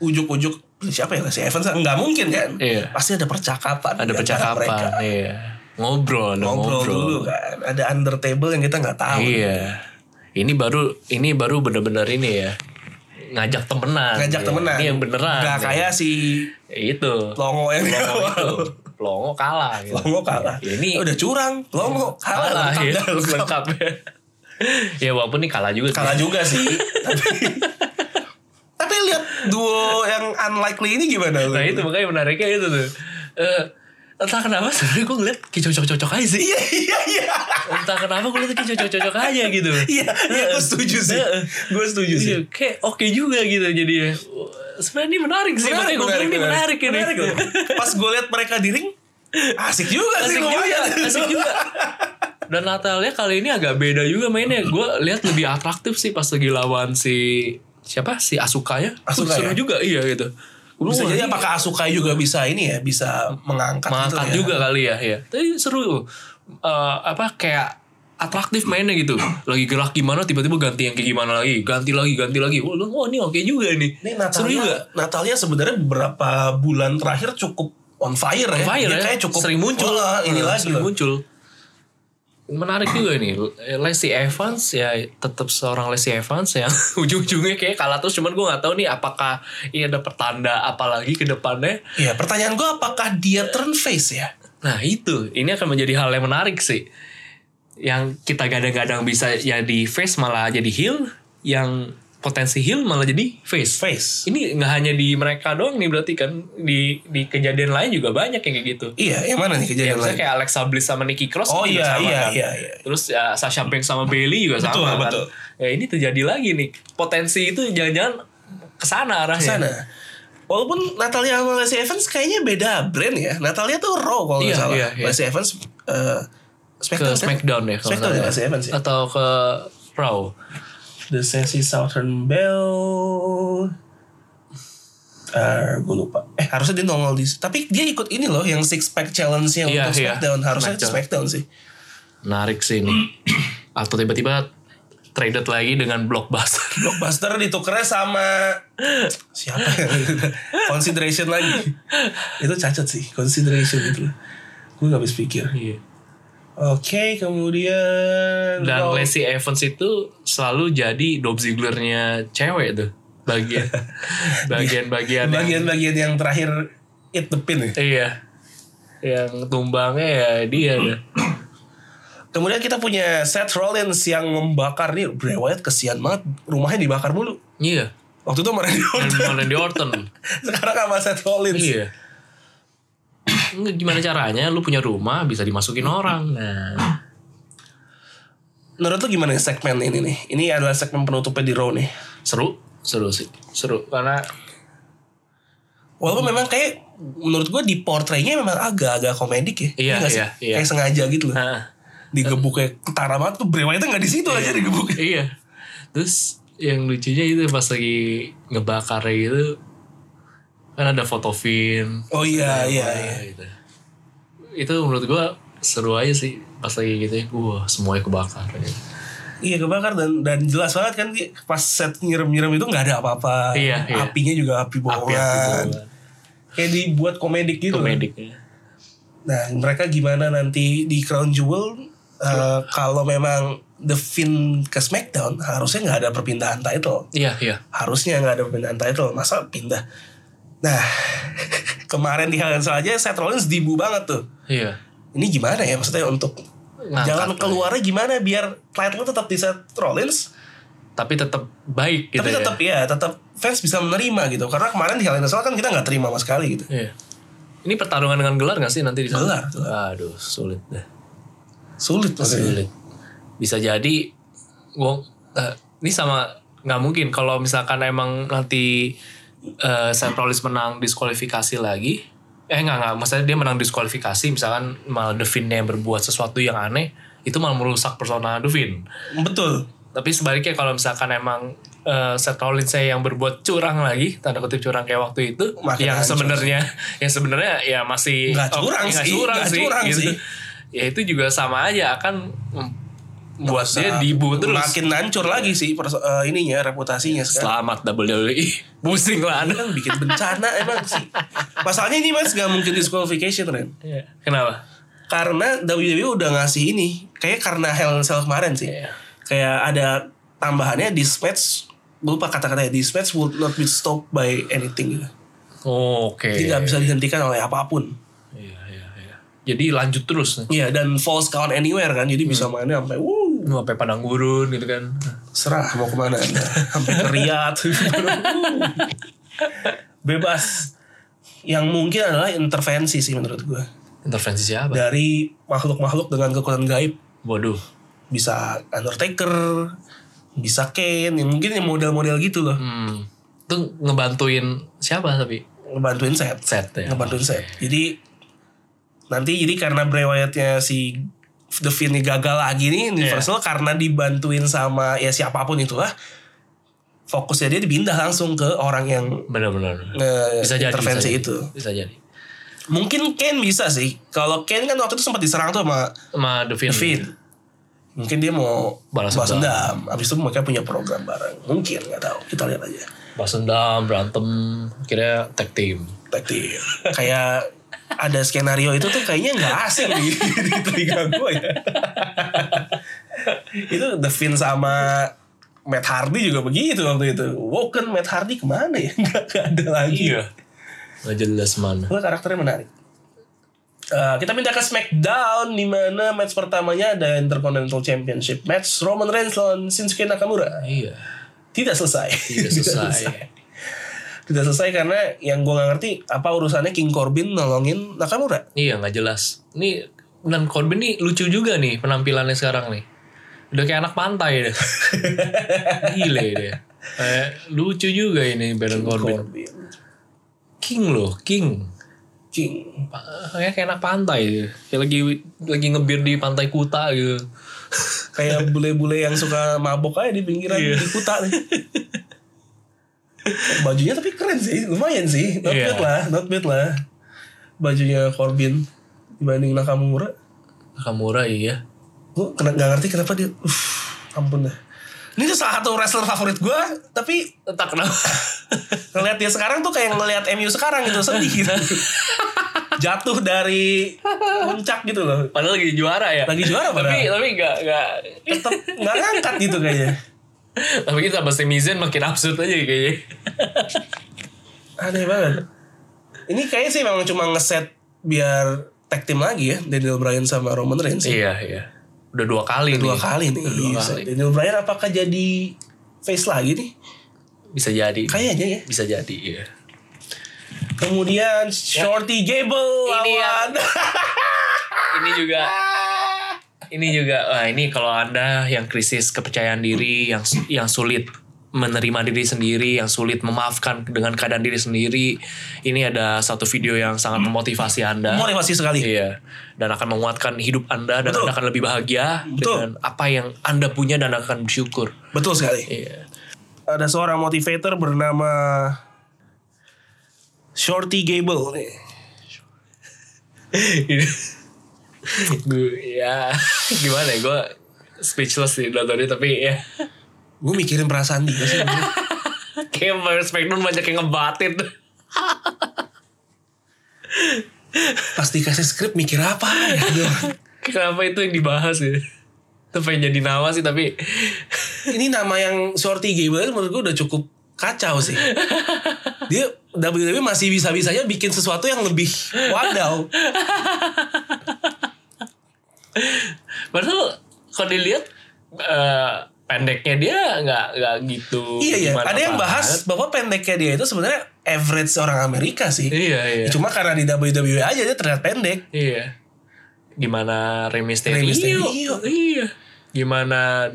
Speaker 1: ujuk-ujuk siapa ya Leslie Evans nggak mungkin kan
Speaker 2: Iya.
Speaker 1: pasti ada percakapan di
Speaker 2: Ada
Speaker 1: antara Iya, mereka.
Speaker 2: percakapan, iya. Ngobrol, ada
Speaker 1: ngobrol,
Speaker 2: ngobrol.
Speaker 1: dulu kan ada under table yang kita nggak tahu
Speaker 2: Iya. Ini baru ini baru bener-bener ini ya. Ngajak temenan.
Speaker 1: ngajak
Speaker 2: Iya.
Speaker 1: temenan
Speaker 2: Ini yang beneran.
Speaker 1: nggak
Speaker 2: ya.
Speaker 1: kayak si
Speaker 2: itu.
Speaker 1: Longo yang
Speaker 2: Longo itu. Longo kalah gitu.
Speaker 1: Longo kalah
Speaker 2: Ya, ini
Speaker 1: udah curang Longo kalah,
Speaker 2: kalah,
Speaker 1: lengkap
Speaker 2: ya.
Speaker 1: dah, lengkap.
Speaker 2: Lengkap ya. ya walaupun ini kalah juga. sih.
Speaker 1: kalah juga sih tapi tapi lihat duo yang unlikely ini gimana lu?
Speaker 2: Nah itu makanya menariknya itu tuh. Eh, entah kenapa sebenarnya gue ngeliat kayak cocok-cocok aja sih.
Speaker 1: iya iya iya
Speaker 2: Entah kenapa gue ngeliat kayak cocok-cocok aja gitu.
Speaker 1: iya iya gue setuju sih
Speaker 2: Heeh.
Speaker 1: gue setuju sih
Speaker 2: Iya, kayak oke juga gitu jadi sebenarnya ini menarik sih makanya gue bilang ini menarik, ini
Speaker 1: Menarik loh. pas gue lihat mereka di ring asik juga sih
Speaker 2: asik
Speaker 1: lumayan.
Speaker 2: juga asik juga Dan Natalia kali ini agak beda juga mainnya. Gue lihat lebih atraktif sih pas lagi lawan si siapa si Asukanya.
Speaker 1: Asuka ya?
Speaker 2: Seru juga iya gitu. Gua
Speaker 1: Bisa
Speaker 2: wah,
Speaker 1: jadi
Speaker 2: ini
Speaker 1: apakah Asuka juga bisa ini ya, bisa mengangkat,
Speaker 2: mengangkat
Speaker 1: gitu ya.
Speaker 2: juga kali ya ya. Tapi seru Eh, apa kayak atraktif mainnya gitu. Lagi gerak gimana tiba-tiba ganti yang kayak gimana lagi, ganti lagi, ganti lagi. Wah, lu- wah ini oke juga nih.
Speaker 1: Ini Natalia,
Speaker 2: seru juga.
Speaker 1: Natalia sebenarnya beberapa bulan terakhir cukup on fire ya.
Speaker 2: Fire
Speaker 1: Dia
Speaker 2: ya.
Speaker 1: kayak cukup
Speaker 2: sering muncul.
Speaker 1: Wah, ini
Speaker 2: Eh,
Speaker 1: lagi
Speaker 2: sering
Speaker 1: loh.
Speaker 2: muncul. Menarik juga ini. Leslie Evans ya tetap seorang Leslie Evans yang ujung-ujungnya kayak kalah terus cuman gue nggak tahu nih apakah ini ada pertanda apalagi ke depannya.
Speaker 1: Iya, pertanyaan gue apakah dia turn face ya?
Speaker 2: Nah, itu ini akan menjadi hal yang menarik sih. Yang kita gadang-gadang bisa jadi face malah jadi heel, yang potensi heel malah jadi face.
Speaker 1: Face.
Speaker 2: Ini nggak hanya di mereka doang nih berarti kan di di kejadian lain juga banyak yang kayak gitu.
Speaker 1: Iya, yang mana nih
Speaker 2: Ya,
Speaker 1: kejadian
Speaker 2: misalnya
Speaker 1: lain?
Speaker 2: kayak Alexa Bliss sama Nikki Cross
Speaker 1: Oh
Speaker 2: kan juga
Speaker 1: iya,
Speaker 2: sama
Speaker 1: iya,
Speaker 2: kan.
Speaker 1: iya, iya.
Speaker 2: Terus ya, Sasha Banks sama Bailey juga
Speaker 1: Betul,
Speaker 2: sama
Speaker 1: betul.
Speaker 2: kan. Ya ini terjadi lagi nih. Potensi itu jangan-jangan kesana arahnya.
Speaker 1: Sana. Walaupun Natalia sama Lacey Evans kayaknya beda brand ya. Natalia tuh Raw kalau nggak
Speaker 2: Iya,
Speaker 1: salah.
Speaker 2: iya, iya.
Speaker 1: Lacey Evans eh,
Speaker 2: Ke
Speaker 1: Smackdown. kan?
Speaker 2: Smackdown ya. kalau
Speaker 1: Smackdown ya
Speaker 2: nggak
Speaker 1: Lacey
Speaker 2: salah.
Speaker 1: Evans ya.
Speaker 2: Atau ke Raw.
Speaker 1: The Sassy Southern Bell. Eh, gue lupa. Eh, harusnya dia nongol di. Tapi dia ikut ini loh, yang six pack challenge-nya
Speaker 2: Iya,
Speaker 1: untuk
Speaker 2: iya.
Speaker 1: Smackdown. Harusnya itu Smackdown sih.
Speaker 2: Menarik sih ini. Atau tiba-tiba traded lagi dengan blockbuster.
Speaker 1: Blockbuster ditukernya sama siapa? ya? consideration lagi. Itu cacat sih, consideration gitu. loh. Gue gak habis pikir.
Speaker 2: Iya.
Speaker 1: Oke, kemudian
Speaker 2: Dan
Speaker 1: Raw.
Speaker 2: Lacey Evans itu selalu jadi Dolph Ziggler-nya cewek tuh. Bagian. Bagian-bagian. yang-
Speaker 1: bagian-bagian yang terakhir it the pin ya.
Speaker 2: Iya. Yang tumbangnya ya dia dah.
Speaker 1: Kemudian kita punya Seth Rollins yang membakar nih Bray Wyatt kesian banget rumahnya dibakar mulu.
Speaker 2: Iya.
Speaker 1: Waktu itu sama Randy
Speaker 2: Dan
Speaker 1: Orton.
Speaker 2: Randy Orton.
Speaker 1: Sekarang sama Seth Rollins.
Speaker 2: Hmm. iya. Nggak, Gimana caranya lu punya rumah bisa dimasukin orang. Nah,
Speaker 1: Menurut lu gimana nih segmen ini nih? Ini adalah segmen penutupnya di Raw nih.
Speaker 2: seru, seru sih. Seru karena Hmm.
Speaker 1: Walaupun memang kayak menurut gue di portraynya memang agak-agak komedik ya.
Speaker 2: Iya,
Speaker 1: nggak sih?
Speaker 2: iya, iya.
Speaker 1: Kayak sengaja gitu loh.
Speaker 2: nah,
Speaker 1: Digebuknya ketara banget tuh Bray Wyatt nggak di situ aja digebuknya.
Speaker 2: iya. Terus yang lucunya itu pas lagi ngebakarnya gitu kan ada foto Vin.
Speaker 1: Oh iya, iya, iya.
Speaker 2: Gitu. Itu menurut gua seru aja sih pas lagi gitu ya. Wah, semuanya kebakar. Gitu.
Speaker 1: Iya kebakar dan dan jelas banget kan pas set nyiram-nyiram itu nggak ada apa-apa.
Speaker 2: Iya, iya.
Speaker 1: Apinya juga api
Speaker 2: Api-api
Speaker 1: bohongan.
Speaker 2: bohongan.
Speaker 1: Kayak dibuat komedik gitu. loh.
Speaker 2: komediknya.
Speaker 1: Nah mereka gimana nanti di Crown Jewel
Speaker 2: Iya.
Speaker 1: eh, kalau memang The Finn ke SmackDown harusnya nggak ada perpindahan title.
Speaker 2: Iya, iya.
Speaker 1: harusnya nggak ada perpindahan title masa pindah nah kemarin di hal yang salah aja Seth Rollins dibu banget tuh
Speaker 2: Iya.
Speaker 1: ini gimana ya maksudnya untuk
Speaker 2: Ngangkat ya.
Speaker 1: jalan
Speaker 2: lah.
Speaker 1: keluarnya gimana biar title tetap di Seth Rollins
Speaker 2: Tapi tetap baik gitu
Speaker 1: tapi
Speaker 2: ya.
Speaker 1: tetap ya. tetap fans bisa menerima gitu karena kemarin di hal yang salah kan kita nggak terima sama sekali gitu
Speaker 2: Iya. Ini pertarungan dengan gelar gak sih nanti di sana?
Speaker 1: Gelar, gelar. Iya.
Speaker 2: Aduh, sulit deh.
Speaker 1: sulit maksudnya
Speaker 2: Sulit. Bisa jadi gua eh, ini sama nggak mungkin kalau misalkan emang nanti eh Seth Rollins menang diskualifikasi lagi. Eh nggak nggak, maksudnya dia menang diskualifikasi misalkan malah Devin-nya yang berbuat sesuatu yang aneh itu malah merusak persona Devin.
Speaker 1: betul
Speaker 2: Tapi sebaliknya kalau misalkan emang eh, Seth Rollins saya yang berbuat curang lagi, tanda kutip curang kayak waktu itu,
Speaker 1: Makin
Speaker 2: yang
Speaker 1: hancur.
Speaker 2: sebenarnya yang sebenarnya ya masih
Speaker 1: Nggak
Speaker 2: oh,
Speaker 1: curang
Speaker 2: nggak
Speaker 1: sih,
Speaker 2: curang
Speaker 1: nggak
Speaker 2: sih,
Speaker 1: curang
Speaker 2: gitu.
Speaker 1: sih.
Speaker 2: Ya itu juga sama aja akan mem- buat dia
Speaker 1: Nah,
Speaker 2: dibu terus. Iya,
Speaker 1: makin hancur lagi sih perso- eh, ininya reputasinya sekarang
Speaker 2: Selamat E. WWE. Pusing lah Anda.
Speaker 1: Kan bikin bencana emang sih masalahnya ini mas nggak mungkin disqualification Ren
Speaker 2: Iya. Kenapa?
Speaker 1: karena WWE udah ngasih ini kayak karena Hell in a Cell kemarin sih
Speaker 2: Iya.
Speaker 1: kayak ada tambahannya this match gue lupa kata-katanya this match would not be stopped by anything gitu
Speaker 2: Oke.
Speaker 1: jadi nggak bisa dihentikan oleh apapun
Speaker 2: Iya, iya, iya. Jadi lanjut terus nih.
Speaker 1: Iya dan false count anywhere kan jadi bisa
Speaker 2: Hmm.
Speaker 1: mainnya sampai wuh
Speaker 2: Lu Sampai padang gurun gitu kan.
Speaker 1: serah mau kemana Anda. sampai ke Riyadh Wuh. bebas yang mungkin adalah intervensi sih menurut gue
Speaker 2: Intervensi siapa?
Speaker 1: dari makhluk-makhluk dengan kekuatan gaib
Speaker 2: Waduh.
Speaker 1: bisa Undertaker, bisa Kane, yang mungkin yang model-model gitu loh.
Speaker 2: Hmm. Itu ngebantuin siapa tapi?
Speaker 1: Ngebantuin set,
Speaker 2: Set ya.
Speaker 1: ngebantuin set. Jadi nanti jadi karena Bray Wyatt-nya si The Fin ini gagal lagi
Speaker 2: Ya.
Speaker 1: nih Universal karena dibantuin sama ya siapapun itulah fokusnya dia dipindah langsung ke orang yang
Speaker 2: Benar-benar.
Speaker 1: eh,
Speaker 2: Bisa jadi.
Speaker 1: intervensi
Speaker 2: bisa jadi.
Speaker 1: itu.
Speaker 2: Bisa jadi.
Speaker 1: Mungkin Ken bisa sih. Kalau Ken kan waktu itu sempat diserang tuh sama
Speaker 2: Sama The Fin.
Speaker 1: The Fin. Mungkin dia mau
Speaker 2: Balas
Speaker 1: dendam. Abis itu mereka punya program bareng. Mungkin nggak tahu. Kita lihat aja.
Speaker 2: Balas dendam, berantem, akhirnya tag team.
Speaker 1: Taktil. Kayak ada skenario itu tuh kayaknya nggak asing di, di telinga gue ya. itu The Fin sama Matt Hardy juga begitu waktu itu. Woken Matt Hardy kemana ya? Nggak nggak ada lagi.
Speaker 2: Iya. Nggak jelas mana.
Speaker 1: Gue karakternya menarik. Eh, kita pindah ke SmackDown di mana match pertamanya ada Intercontinental Championship match Roman Reigns lawan Shinsuke Nakamura.
Speaker 2: Iya.
Speaker 1: Tidak selesai.
Speaker 2: Tidak selesai.
Speaker 1: Tidak selesai karena yang gue nggak ngerti apa urusannya King Corbin nolongin Nakamura.
Speaker 2: Iya nggak jelas. Ini dan Corbin nih lucu juga nih penampilannya sekarang nih. Udah kayak anak pantai deh. Gile dia. Kayak lucu juga ini Baron Corbin.
Speaker 1: Corbin.
Speaker 2: King loh, King.
Speaker 1: King.
Speaker 2: Pa- Kayak kayak anak pantai dia. Kayak lagi lagi ngebir di pantai Kuta gitu.
Speaker 1: Kayak bule-bule yang suka mabok aja di pinggiran
Speaker 2: Iya.
Speaker 1: di kuta nih. Bajunya tapi keren sih, lumayan sih. Not
Speaker 2: Iya.
Speaker 1: bad lah, not bad lah. Bajunya Corbin dibanding Nakamura.
Speaker 2: Nakamura iya.
Speaker 1: gue kena gak ngerti kenapa dia uff ampun dah ini tuh salah satu wrestler favorit gue tapi
Speaker 2: Entah kenapa.
Speaker 1: ngelihat dia sekarang tuh kayak ngelihat MU sekarang gitu sedih gitu jatuh dari puncak gitu loh
Speaker 2: Padahal lagi juara ya.
Speaker 1: Lagi juara
Speaker 2: tapi
Speaker 1: padahal.
Speaker 2: tapi nggak nggak.
Speaker 1: tetep nggak ngangkat gitu kayaknya
Speaker 2: tapi kita sama Sami Zayn makin absurd aja kayaknya.
Speaker 1: aneh banget ini kayaknya sih memang cuma ngeset biar tag team lagi ya Daniel Bryan sama Roman Reigns
Speaker 2: iya iya. Udah dua kali
Speaker 1: dua
Speaker 2: nih.
Speaker 1: kali nih
Speaker 2: Dua kali.
Speaker 1: Daniel Bryan apakah jadi face lagi nih
Speaker 2: Bisa jadi.
Speaker 1: kayaknya ya
Speaker 2: Bisa jadi iya.
Speaker 1: kemudian Shorty Gable
Speaker 2: Ya. Ini ya.
Speaker 1: lawan
Speaker 2: ini juga ini juga wah ini kalau anda yang krisis kepercayaan diri yang yang sulit menerima diri sendiri yang sulit memaafkan dengan keadaan diri sendiri ini ada satu video yang sangat memotivasi anda
Speaker 1: motivasi sekali
Speaker 2: Iya, dan akan menguatkan hidup Anda dan
Speaker 1: Betul.
Speaker 2: Anda akan lebih bahagia
Speaker 1: Betul.
Speaker 2: dengan apa yang Anda punya dan Anda akan bersyukur.
Speaker 1: Betul sekali.
Speaker 2: Iya.
Speaker 1: Ada seorang motivator bernama Shorty Gable nih.
Speaker 2: gue ya gimana ya gue speechless sih nontonnya tapi ya
Speaker 1: Gue mikirin perasaan dia sih.
Speaker 2: kayak Spectrum banyak yang ngebatin.
Speaker 1: Pas dikasih skrip mikir apa ya?
Speaker 2: Kenapa itu yang dibahas ya? Itu pengen jadi nama sih tapi
Speaker 1: Ini nama yang Shorty Gable menurut gue udah cukup kacau sih. Dia WWE masih bisa-bisanya bikin sesuatu yang lebih wadaw.
Speaker 2: padahal kalau dilihat eh, pendeknya dia nggak nggak gitu.
Speaker 1: Iya iya.
Speaker 2: gimana
Speaker 1: Ada yang
Speaker 2: banget.
Speaker 1: bahas bahwa pendeknya dia itu sebenarnya average orang Amerika sih.
Speaker 2: Iya iya.
Speaker 1: Cuma karena di WWE aja dia terlihat pendek.
Speaker 2: Iya. Gimana Rey Mysterio?
Speaker 1: Rey Mysterio.
Speaker 2: Iya. Gimana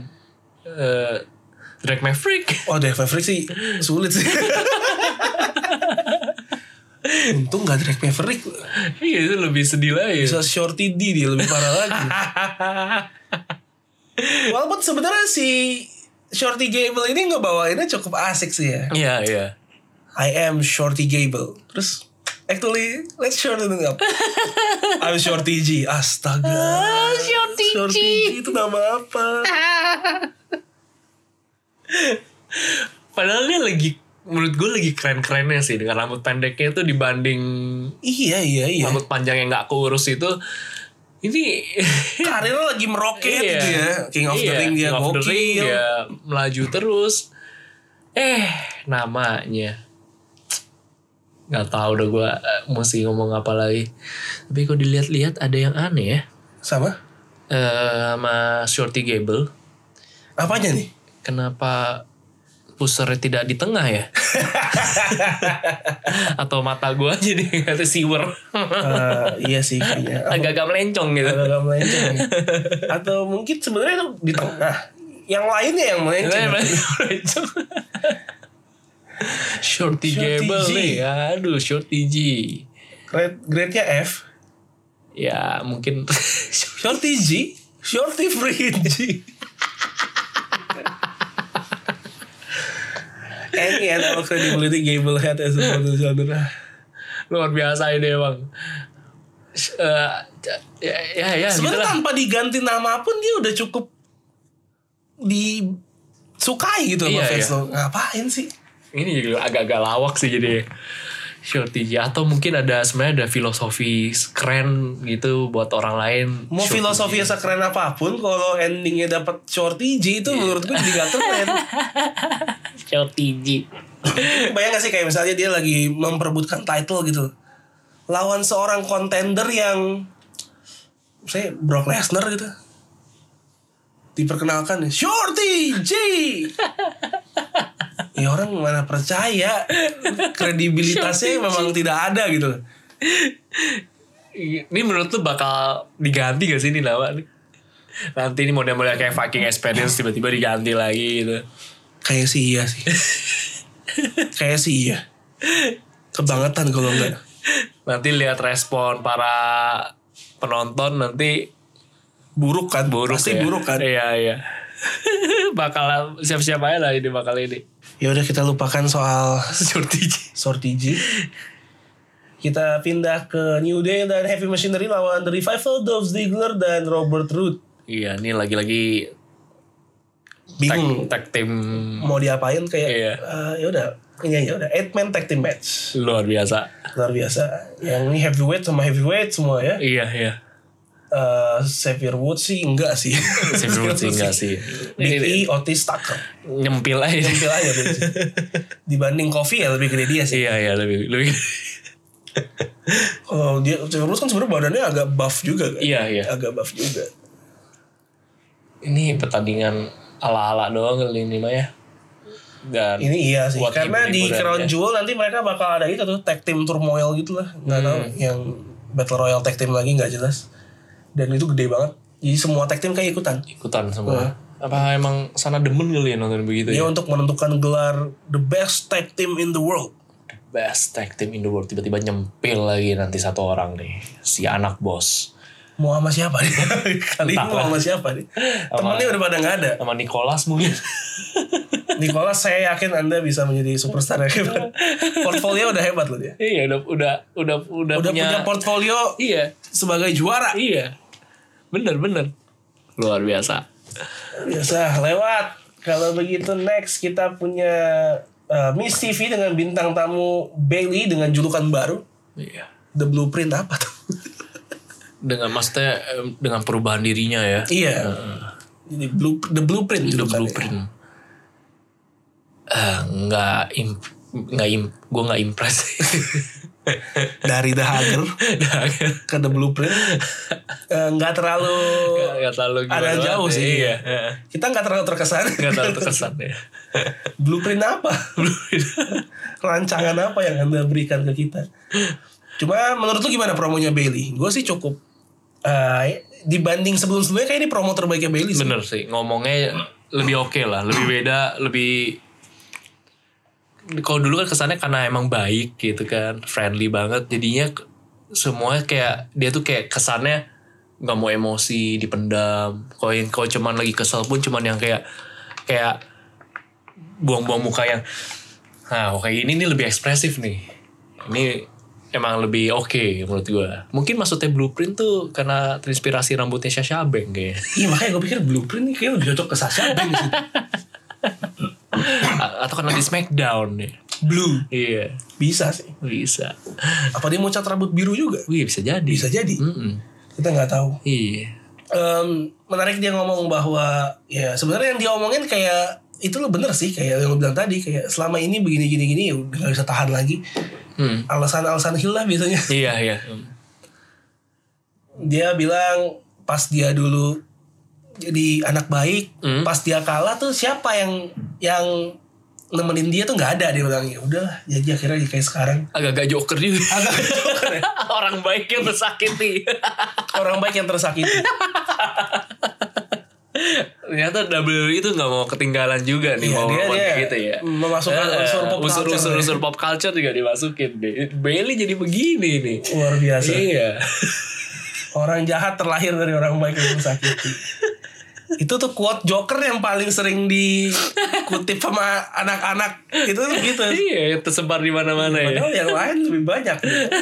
Speaker 2: eh Drake Maverick?
Speaker 1: Oh Dave Maverick sih sulit sih. Untung gak Drake Maverick.
Speaker 2: iya itu lebih sedih lah ya.
Speaker 1: Bisa Shorty D dia lebih parah lagi. Walaupun sebenarnya si Shorty Gable ini ngebawainnya cukup asik sih ya.
Speaker 2: Iya iya.
Speaker 1: I am Shorty Gable. Terus actually let's shorten it up. I'm Shorty G. Astaga.
Speaker 2: Ah, Shorty
Speaker 1: Shorty G itu nama apa?
Speaker 2: Padahal dia lagi menurut gue lagi keren-kerennya sih dengan rambut pendeknya itu dibanding
Speaker 1: Iya iya iya.
Speaker 2: rambut panjang yang nggak keurus itu ini
Speaker 1: Karirnya lagi meroket gitu ya. King of the
Speaker 2: Iya,
Speaker 1: Ring dia ya.
Speaker 2: King of the Ring
Speaker 1: gokil.
Speaker 2: dia melaju terus eh namanya nggak tahu udah gue mesti ngomong apa lagi tapi kalau dilihat-lihat ada yang aneh ya
Speaker 1: Sama?
Speaker 2: Eh, sama Shorty Gable
Speaker 1: Apanya nih?
Speaker 2: kenapa pusernya tidak di tengah ya atau mata gue jadi kata siwer
Speaker 1: Eh, iya sih kayaknya.
Speaker 2: agak-agak melencong gitu
Speaker 1: agak melenceng atau mungkin sebenarnya itu di tengah yang lainnya yang melenceng
Speaker 2: melencong Shorty
Speaker 1: Shorty
Speaker 2: Gable
Speaker 1: G.
Speaker 2: nih Aduh Shorty G
Speaker 1: grade grade nya F
Speaker 2: Ya mungkin
Speaker 1: shorty G Shorty Fringy. Any and all credibility Gable had as a potential
Speaker 2: Nah,
Speaker 1: donor.
Speaker 2: luar biasa ini emang Sh- eh, ya ya, ya gitu
Speaker 1: Sebenarnya
Speaker 2: lah
Speaker 1: tanpa diganti nama pun dia udah cukup disukai gitu sama
Speaker 2: Iya,
Speaker 1: fans
Speaker 2: iya.
Speaker 1: lo. Ngapain sih?
Speaker 2: ini juga agak-agak lawak sih jadi shorty atau mungkin ada sebenarnya ada filosofi keren gitu buat orang lain
Speaker 1: Mau
Speaker 2: Shorty
Speaker 1: filosofinya sekeren apapun kalau endingnya dapat Shorty G itu menurut gue jadi gak keren.
Speaker 2: shorty G.
Speaker 1: Bayang gak sih kayak misalnya dia lagi memperebutkan title gitu Lawan seorang kontender yang Saya Brock Lesnar gitu Diperkenalkan Shorty J Ya orang mana percaya Kredibilitasnya memang tidak ada gitu
Speaker 2: ini menurut lu bakal diganti gak sih ini nama nih? nanti ini model-model kayak Viking Experience tiba-tiba diganti lagi gitu
Speaker 1: Kayak sih iya sih Kayak sih iya Kebangetan kalau enggak
Speaker 2: nanti lihat respon para penonton nanti
Speaker 1: Buruk kan
Speaker 2: buruk
Speaker 1: Pasti
Speaker 2: ya.
Speaker 1: buruk kan
Speaker 2: iya iya bakal siap-siap aja lah ini bakal ini
Speaker 1: Ya udah kita lupakan soal
Speaker 2: Shorty G.
Speaker 1: Sortie G. Kita pindah ke New Day dan Heavy Machinery lawan The Revival, Dolph Ziggler dan Robert Root.
Speaker 2: Iya, ini lagi-lagi tag,
Speaker 1: Bingung
Speaker 2: tag team
Speaker 1: mau diapain kayak
Speaker 2: Iya.
Speaker 1: eh, ya udah ini ya udah eight man tag team match
Speaker 2: luar biasa.
Speaker 1: luar biasa yang ini heavyweight sama heavyweight semua ya
Speaker 2: Iya, iya.
Speaker 1: Eh Xavier Woods sih enggak sih
Speaker 2: Xavier Woods sih enggak sih. Ini
Speaker 1: Big E, Otis Tucker
Speaker 2: nyempil aja.
Speaker 1: Tampil aja dia sih. dibanding Kofi ya lebih gede dia sih
Speaker 2: Iya, iya, lebih lebih.
Speaker 1: kalau dia Xavier Woods kan sebenarnya badannya agak buff juga kan
Speaker 2: iya, iya.
Speaker 1: agak buff juga
Speaker 2: Ini pertandingan ala-ala doang kali ini mah ya. Dan
Speaker 1: Ini iya sih.
Speaker 2: Buat
Speaker 1: Karena di
Speaker 2: ibu-ibu dan
Speaker 1: Crown
Speaker 2: ya.
Speaker 1: Jewel nanti mereka bakal ada itu tuh tag team turmoil gitu lah. Nggak
Speaker 2: Hmm.
Speaker 1: tahu yang Battle Royal tag team lagi nggak jelas. Dan itu gede banget. Jadi semua tag team kayak ikutan.
Speaker 2: ikutan semua. Apa emang sana demen kali ya nonton begitu
Speaker 1: Dia
Speaker 2: ya?
Speaker 1: untuk menentukan gelar the best tag team in the world.
Speaker 2: Best tag team in the world tiba-tiba nyempil lagi nanti satu orang nih. Si anak bos.
Speaker 1: Mau sama siapa nih? Kali ini mau sama siapa nih? Temennya udah pada nggak ada.
Speaker 2: Sama Nicholas mungkin.
Speaker 1: Nicholas saya yakin Anda bisa menjadi superstar yang hebat. Portfolio udah hebat loh dia.
Speaker 2: iya, udah udah udah udah,
Speaker 1: Udah punya portfolio
Speaker 2: Iya,
Speaker 1: sebagai juara.
Speaker 2: Iya. Bener bener. Luar biasa.
Speaker 1: Biasa lewat. Kalau begitu next kita punya uh, Miss TV dengan bintang tamu Bailey dengan julukan baru
Speaker 2: Iya.
Speaker 1: The Blueprint apa tuh?
Speaker 2: Dengan maksudnya em, dengan perubahan dirinya ya.
Speaker 1: iya. Jadi blue, The Blueprint
Speaker 2: Itu
Speaker 1: julukannya.
Speaker 2: blueprint. Eh, nggak imp- nggak im gue nggak impress
Speaker 1: Dari The Hager
Speaker 2: Nah,
Speaker 1: ke The Blueprint Eh, nggak terlalu
Speaker 2: nggak terlalu
Speaker 1: Ada
Speaker 2: gimana
Speaker 1: jauh
Speaker 2: banget.
Speaker 1: sih,
Speaker 2: iya
Speaker 1: iya. kita nggak terlalu terkesan.
Speaker 2: nggak terlalu terkesan ya
Speaker 1: Blueprint apa? Rancangan apa yang anda berikan ke kita? Cuma menurut lu gimana promonya Bailey? Gue sih cukup eh, dibanding sebelum-sebelumnya kayak ini promo terbaiknya Bailey sih.
Speaker 2: bener sih ngomongnya lebih oke lah lebih beda lebih kalau dulu kan kesannya karena emang baik gitu kan friendly banget jadinya k- semua kayak dia tuh kayak kesannya nggak mau emosi dipendam kalau yang kalau cuman lagi kesel pun cuman yang kayak kayak buang-buang muka yang nah kayak ini nih lebih ekspresif nih ini emang lebih oke menurut gua mungkin maksudnya blueprint tuh karena terinspirasi rambutnya Sasha Bank kayaknya
Speaker 1: Iya makanya gue pikir blueprint ini kayaknya lebih cocok ke Sasha Banks gitu.
Speaker 2: A- atau karena di Smackdown ya
Speaker 1: Blue
Speaker 2: iya
Speaker 1: bisa sih.
Speaker 2: bisa
Speaker 1: Apa dia mau cat rambut biru juga?
Speaker 2: wih bisa jadi
Speaker 1: Bisa jadi.
Speaker 2: Mm-mm.
Speaker 1: Kita nggak tahu.
Speaker 2: iya
Speaker 1: Em, menarik dia ngomong bahwa ya sebenarnya yang dia omongin kayak itu lo bener sih kayak yang lo bilang tadi kayak selama ini begini gini gini ya udah nggak bisa tahan lagi
Speaker 2: Hmm.
Speaker 1: alasan-alasan hilang biasanya
Speaker 2: iya iya
Speaker 1: dia bilang pas dia dulu jadi anak baik
Speaker 2: Hmm.
Speaker 1: pas dia kalah tuh siapa yang yang nemenin dia tuh nggak ada dia bilang ya udahlah jadi akhirnya jadi kayak sekarang
Speaker 2: agak-agak joker juga
Speaker 1: agak joker ya.
Speaker 2: orang baik yang tersakiti
Speaker 1: orang baik yang tersakiti
Speaker 2: ternyata WWE itu nggak mau ketinggalan juga nih
Speaker 1: Iya,
Speaker 2: mau
Speaker 1: dia-
Speaker 2: mau
Speaker 1: dia
Speaker 2: gitu ya
Speaker 1: memasukkan
Speaker 2: Eh,
Speaker 1: unsur pop
Speaker 2: unsur,
Speaker 1: culture
Speaker 2: unsur,
Speaker 1: ya.
Speaker 2: unsur pop culture juga dimasukin deh Bailey jadi begini nih
Speaker 1: luar biasa
Speaker 2: iya
Speaker 1: Orang jahat terlahir dari orang baik yang disakiti. itu tuh quote Joker yang paling sering dikutip sama anak-anak itu tuh gitu.
Speaker 2: Iya, tersebar di mana-mana ya.
Speaker 1: Padahal yang lain lebih banyak.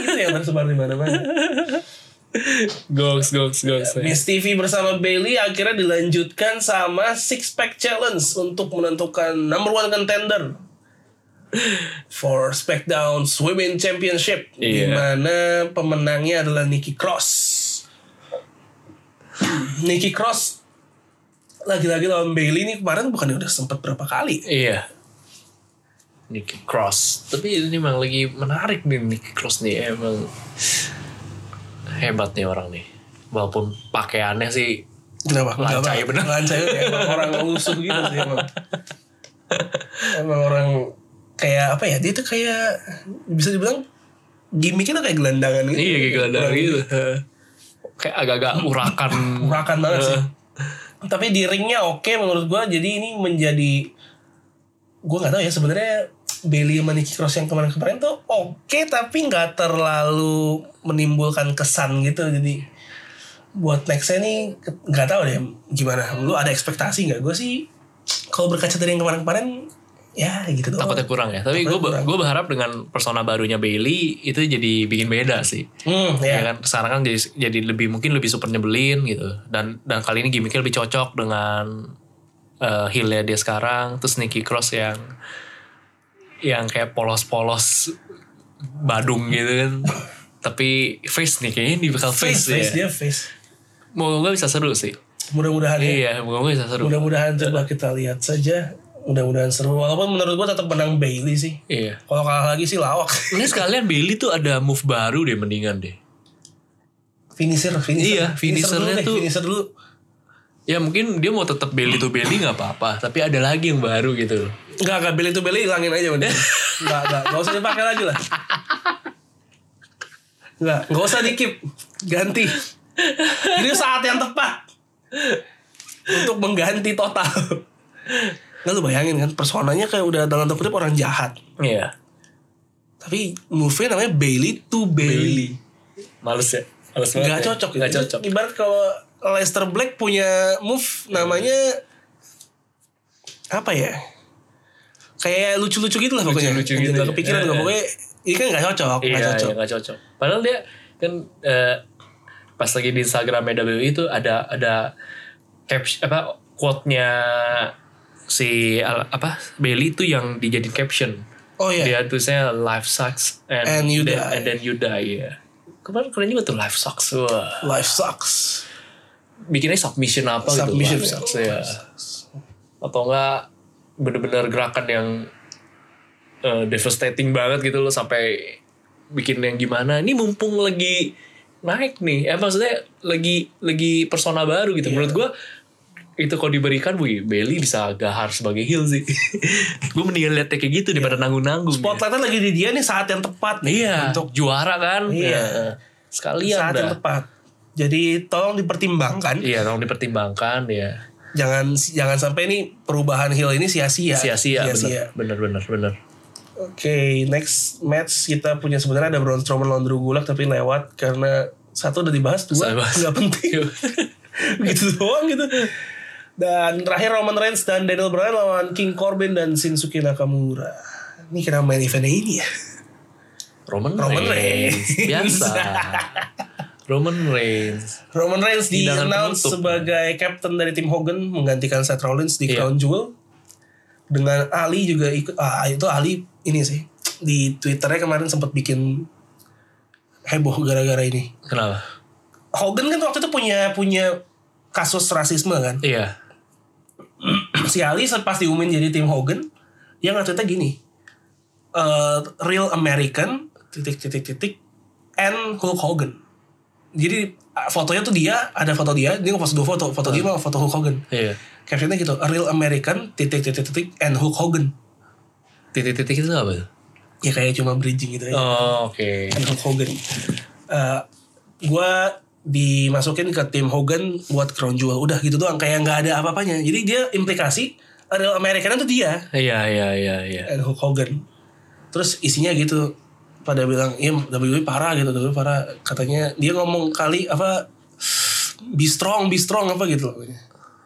Speaker 1: Itu yang tersebar di mana-mana.
Speaker 2: Goks, goks, goks. ya.
Speaker 1: Miss TV bersama Bailey akhirnya dilanjutkan sama Six Pack Challenge untuk menentukan number one contender for SmackDown Women Championship di
Speaker 2: Iya.
Speaker 1: mana pemenangnya adalah Nikki Cross. Nikki Cross lagi-lagi lawan Bailey ini kemarin bukan udah sempat berapa kali?
Speaker 2: Iya. Nicky Cross. Tapi ini memang lagi menarik nih Nicky Cross nih. Emang hebat nih orang nih. Walaupun pakaiannya sih
Speaker 1: Kenapa?
Speaker 2: Lancai
Speaker 1: Kenapa?
Speaker 2: bener.
Speaker 1: Lancai bener. Emang orang lusuh gitu sih emang. Emang orang kayak apa ya? Dia tuh kayak bisa dibilang gimmicknya tuh kayak gelandangan gitu.
Speaker 2: Iya kayak ada
Speaker 1: Orang
Speaker 2: gitu. Kayak agak-agak urakan.
Speaker 1: Urakan banget sih.
Speaker 2: Eh,
Speaker 1: Tapi di ringnya oke menurut gua. Jadi ini menjadi gua nggak tahu ya sebenarnya Bailey sama Nikki Cross yang kemarin-kemarin tuh oke tapi nggak terlalu menimbulkan kesan gitu jadi buat nextnya nih ke- nggak tahu deh gimana lu ada ekspektasi nggak gue sih kalau berkaca dari yang kemarin-kemarin ya gitu doang
Speaker 2: Takutnya kurang ya. Tapi gue
Speaker 1: Takutnya kurang.
Speaker 2: gue berharap dengan persona barunya Bailey itu jadi bikin beda sih.
Speaker 1: hmm, ya.
Speaker 2: Ya kan sekarang kan jadi jadi lebih mungkin lebih super nyebelin gitu dan dan kali ini gimmicknya lebih cocok dengan eh heel-nya dia sekarang terus Nikki Cross yang yang kayak polos-polos badung gitu kan tapi face nih kayaknya dia bakal
Speaker 1: face
Speaker 2: face,
Speaker 1: face
Speaker 2: ya
Speaker 1: dia face
Speaker 2: mau gue bisa seru sih
Speaker 1: mudah-mudahan ya.
Speaker 2: iya mau gue bisa seru
Speaker 1: mudah-mudahan coba kita lihat saja mudah-mudahan seru walaupun menurut gue tetap menang Bailey sih
Speaker 2: iya
Speaker 1: kalau kalah lagi sih lawak
Speaker 2: ini sekalian Bailey tuh ada move baru deh mendingan deh
Speaker 1: finisher finisher
Speaker 2: Iya,
Speaker 1: dulu
Speaker 2: finishernya
Speaker 1: deh,
Speaker 2: tuh-
Speaker 1: finisher dulu
Speaker 2: ya mungkin dia mau tetap Bailey to Bailey nggak apa-apa tapi ada lagi yang baru gitu loh
Speaker 1: Enggak, enggak, Bailey itu Bailey hilangin aja udah. Enggak, enggak, enggak usah dipakai lagi lah. Enggak, enggak usah dikip. Ganti. Ini saat yang tepat. Untuk mengganti total. Enggak lu bayangin kan, personanya kayak udah dalam tanda kutip orang jahat.
Speaker 2: iya
Speaker 1: Tapi move-nya namanya Bailey to Bailey.
Speaker 2: males ya males banget
Speaker 1: Enggak
Speaker 2: ya.
Speaker 1: cocok.
Speaker 2: nggak
Speaker 1: gitu.
Speaker 2: cocok
Speaker 1: Ibarat kalau Leicester Black punya move namanya apa ya? Kayak lucu-lucu gitu lah pokoknya.
Speaker 2: Lucu-lucu gitu
Speaker 1: Nggak
Speaker 2: ya.
Speaker 1: kepikiran
Speaker 2: Eh,
Speaker 1: juga
Speaker 2: eh.
Speaker 1: pokoknya ini kan nggak cocok,
Speaker 2: iya,
Speaker 1: nggak cocok.
Speaker 2: iya, nggak cocok. Padahal dia kan eh, pas lagi di Instagram WWE itu ada ada caption apa quote-nya si al- apa Bailey itu yang dijadiin caption.
Speaker 1: Oh iya.
Speaker 2: Dia tulisnya life sucks and,
Speaker 1: And you
Speaker 2: then,
Speaker 1: die."
Speaker 2: and then you die. ya. Kemarin keren juga tuh life sucks. Wah.
Speaker 1: Life sucks.
Speaker 2: Bikinnya submission apa
Speaker 1: Submission.
Speaker 2: gitu. Life sucks, ya. Atau enggak bener-bener gerakan yang eh, devastating banget gitu loh sampai bikin yang gimana. Ini mumpung lagi naik nih. Eh maksudnya lagi lagi persona baru gitu. Menurut gua itu kalau diberikan Wih Bailey bisa gahar sebagai heel sih. gue mendingan liatnya kayak gitu daripada nanggung-nanggung.
Speaker 1: Spotlightnya kan lagi di dia nih saat yang tepat
Speaker 2: ya.
Speaker 1: nih
Speaker 2: Iya.
Speaker 1: untuk
Speaker 2: Untuk juara kan.
Speaker 1: Iya.
Speaker 2: Ya, Sekalian
Speaker 1: saat yang
Speaker 2: dah.
Speaker 1: tepat. Jadi tolong dipertimbangkan,
Speaker 2: Iya, tolong dipertimbangkan ya.
Speaker 1: jangan jangan sampai nih perubahan heel ini sia-sia.
Speaker 2: Sia-sia, bener, bener, bener, bener.
Speaker 1: Oke, next match kita punya sebenarnya ada Braun Strowman lawan Drew Gulak tapi lewat karena satu udah dibahas dua
Speaker 2: Saya bahas.
Speaker 1: nggak
Speaker 2: Iya.
Speaker 1: penting gitu doang gitu. Dan terakhir Roman Reigns dan Daniel Bryan lawan King Corbin dan Shinsuke Nakamura. Ini kenapa main eventnya ini ya?
Speaker 2: Roman,
Speaker 1: Roman
Speaker 2: Reigns.
Speaker 1: Reigns.
Speaker 2: Biasa. Roman Reigns.
Speaker 1: Roman Reigns di
Speaker 2: Hidangan
Speaker 1: announce
Speaker 2: penutup.
Speaker 1: sebagai captain dari tim Hogan menggantikan Seth Rollins di
Speaker 2: Iya.
Speaker 1: Crown Jewel dengan Ali juga ikut ah itu Ali ini sih di Twitternya kemarin sempat bikin heboh gara-gara ini
Speaker 2: Kenapa?
Speaker 1: Hogan kan waktu itu punya punya kasus rasisme kan.
Speaker 2: Iya.
Speaker 1: si Ali pas diumumin jadi tim Hogan, dia nge-tweetnya gini. eh, real American titik titik titik and Hulk Hogan. Jadi ah, fotonya tuh dia ada foto dia, dia nge-post dua foto, foto dia sama foto Hulk Hogan.
Speaker 2: Iya.
Speaker 1: Captionnya gitu, "A real American titik titik titik and Hulk Hogan.
Speaker 2: Titik-titik itu apa tuh?
Speaker 1: Ya kayak cuma bridging gitu aja.
Speaker 2: Oh, oke.
Speaker 1: And Hulk Hogan. Eh, gua dimasukin ke tim Hogan buat crown jewel udah gitu doang kayak nggak ada apa-apanya jadi dia implikasi a real American itu dia
Speaker 2: Iya, iya, iya, iya.
Speaker 1: and Hulk Hogan terus isinya E gitu pada bilang iya WWE parah gitu WWE parah katanya dia ngomong kali apa be strong, be strong apa gitu loh.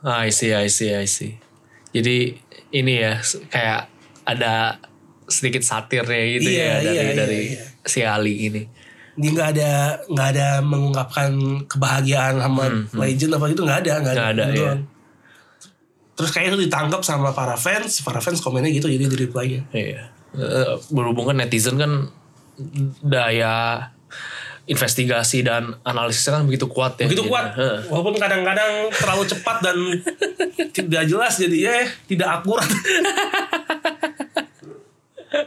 Speaker 2: Ah, I see, I see, I see. Jadi ini ya s- kayak ada sedikit satirnya gitu
Speaker 1: Iya,
Speaker 2: ya dari
Speaker 1: iya, iya,
Speaker 2: dari
Speaker 1: iya.
Speaker 2: si Ali ini.
Speaker 1: Dia nggak ada nggak ada mengungkapkan kebahagiaan sama legend apa gitu nggak ada nggak ada.
Speaker 2: Hmm, Nggak ada,
Speaker 1: Gitu
Speaker 2: iya.
Speaker 1: doang. Terus kayaknya itu ditangkap sama para fans, para fans komennya gitu jadi di reply-nya.
Speaker 2: Iya. Eh, Berhubung kan netizen kan daya investigasi dan analisisnya kan begitu kuat ya.
Speaker 1: Begitu
Speaker 2: Jadi,
Speaker 1: kuat,
Speaker 2: eh,
Speaker 1: walaupun kadang-kadang terlalu cepat dan tidak jelas jadi ya tidak akurat.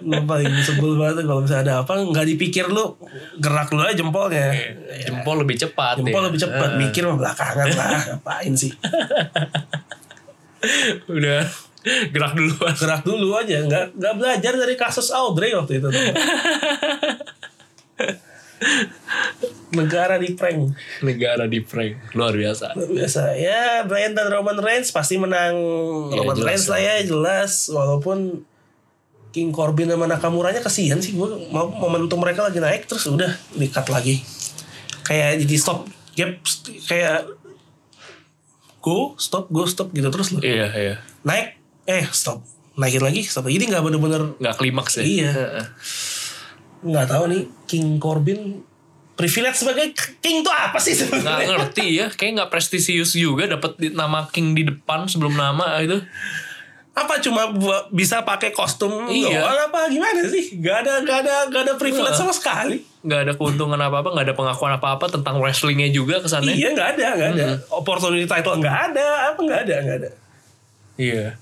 Speaker 1: Lu paling sebel banget tuh kalau misalnya ada apa nggak dipikir lu gerak lu aja jempolnya.
Speaker 2: Iya. Jempol lebih cepat.
Speaker 1: Jempol
Speaker 2: ya.
Speaker 1: lebih cepat mikir mah belakangan lah ngapain sih
Speaker 2: Udah gerak duluan.
Speaker 1: gerak dulu aja nggak nggak belajar dari kasus Audrey waktu itu negara di prank
Speaker 2: Negara di prank luar biasa.
Speaker 1: Luar biasa ya Brian dan Roman Reigns pasti menang
Speaker 2: Ya,
Speaker 1: Roman
Speaker 2: jelas
Speaker 1: Reigns lah ya jelas walaupun King Corbin sama Nakamuranya kasihan sih gue mau momentum mereka lagi naik terus udah dikat lagi kayak jadi stop gap st- kayak go stop go stop gitu terus loh
Speaker 2: Iya, iya.
Speaker 1: naik eh stop naikin lagi stop lagi. jadi nggak bener-bener
Speaker 2: Nggak klimaks ya.
Speaker 1: Iya.
Speaker 2: Heeh.
Speaker 1: nggak tahu nih King Corbin privilege sebagai king tuh apa sih
Speaker 2: nggak
Speaker 1: sebenarnya
Speaker 2: ngerti ya kayak nggak prestisius juga dapat di- nama king di depan sebelum nama gitu. itu
Speaker 1: apa cuma bu- bisa pakai kostum
Speaker 2: Iya.
Speaker 1: doang apa gimana sih nggak ada nggak ada nggak ada privilege sama sekali
Speaker 2: nggak ada keuntungan apa apa nggak ada pengakuan apa apa tentang wrestlingnya juga ya? kesannya
Speaker 1: iya nggak ada nggak ada opportunity title nggak ada apa nggak ada nggak ada
Speaker 2: iya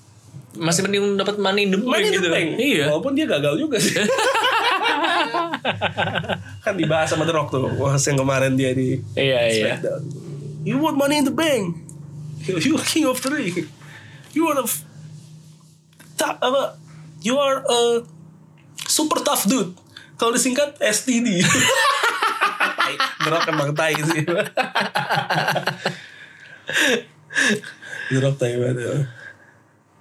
Speaker 2: masih mending dapat money in the bank
Speaker 1: Money in the
Speaker 2: gitu
Speaker 1: Bank.
Speaker 2: iya
Speaker 1: Walaupun dia gagal juga sih. kan dibahas sama The Rock tuh. Wah, yang kemarin dia di
Speaker 2: iya iya
Speaker 1: Smackdown. You want money in the bank. You are king of the ring. You are a f- top apa? You are a super tough dude. Kalau disingkat STD. Tai. The Rock emang tai sih. The Rock tai banget. ya.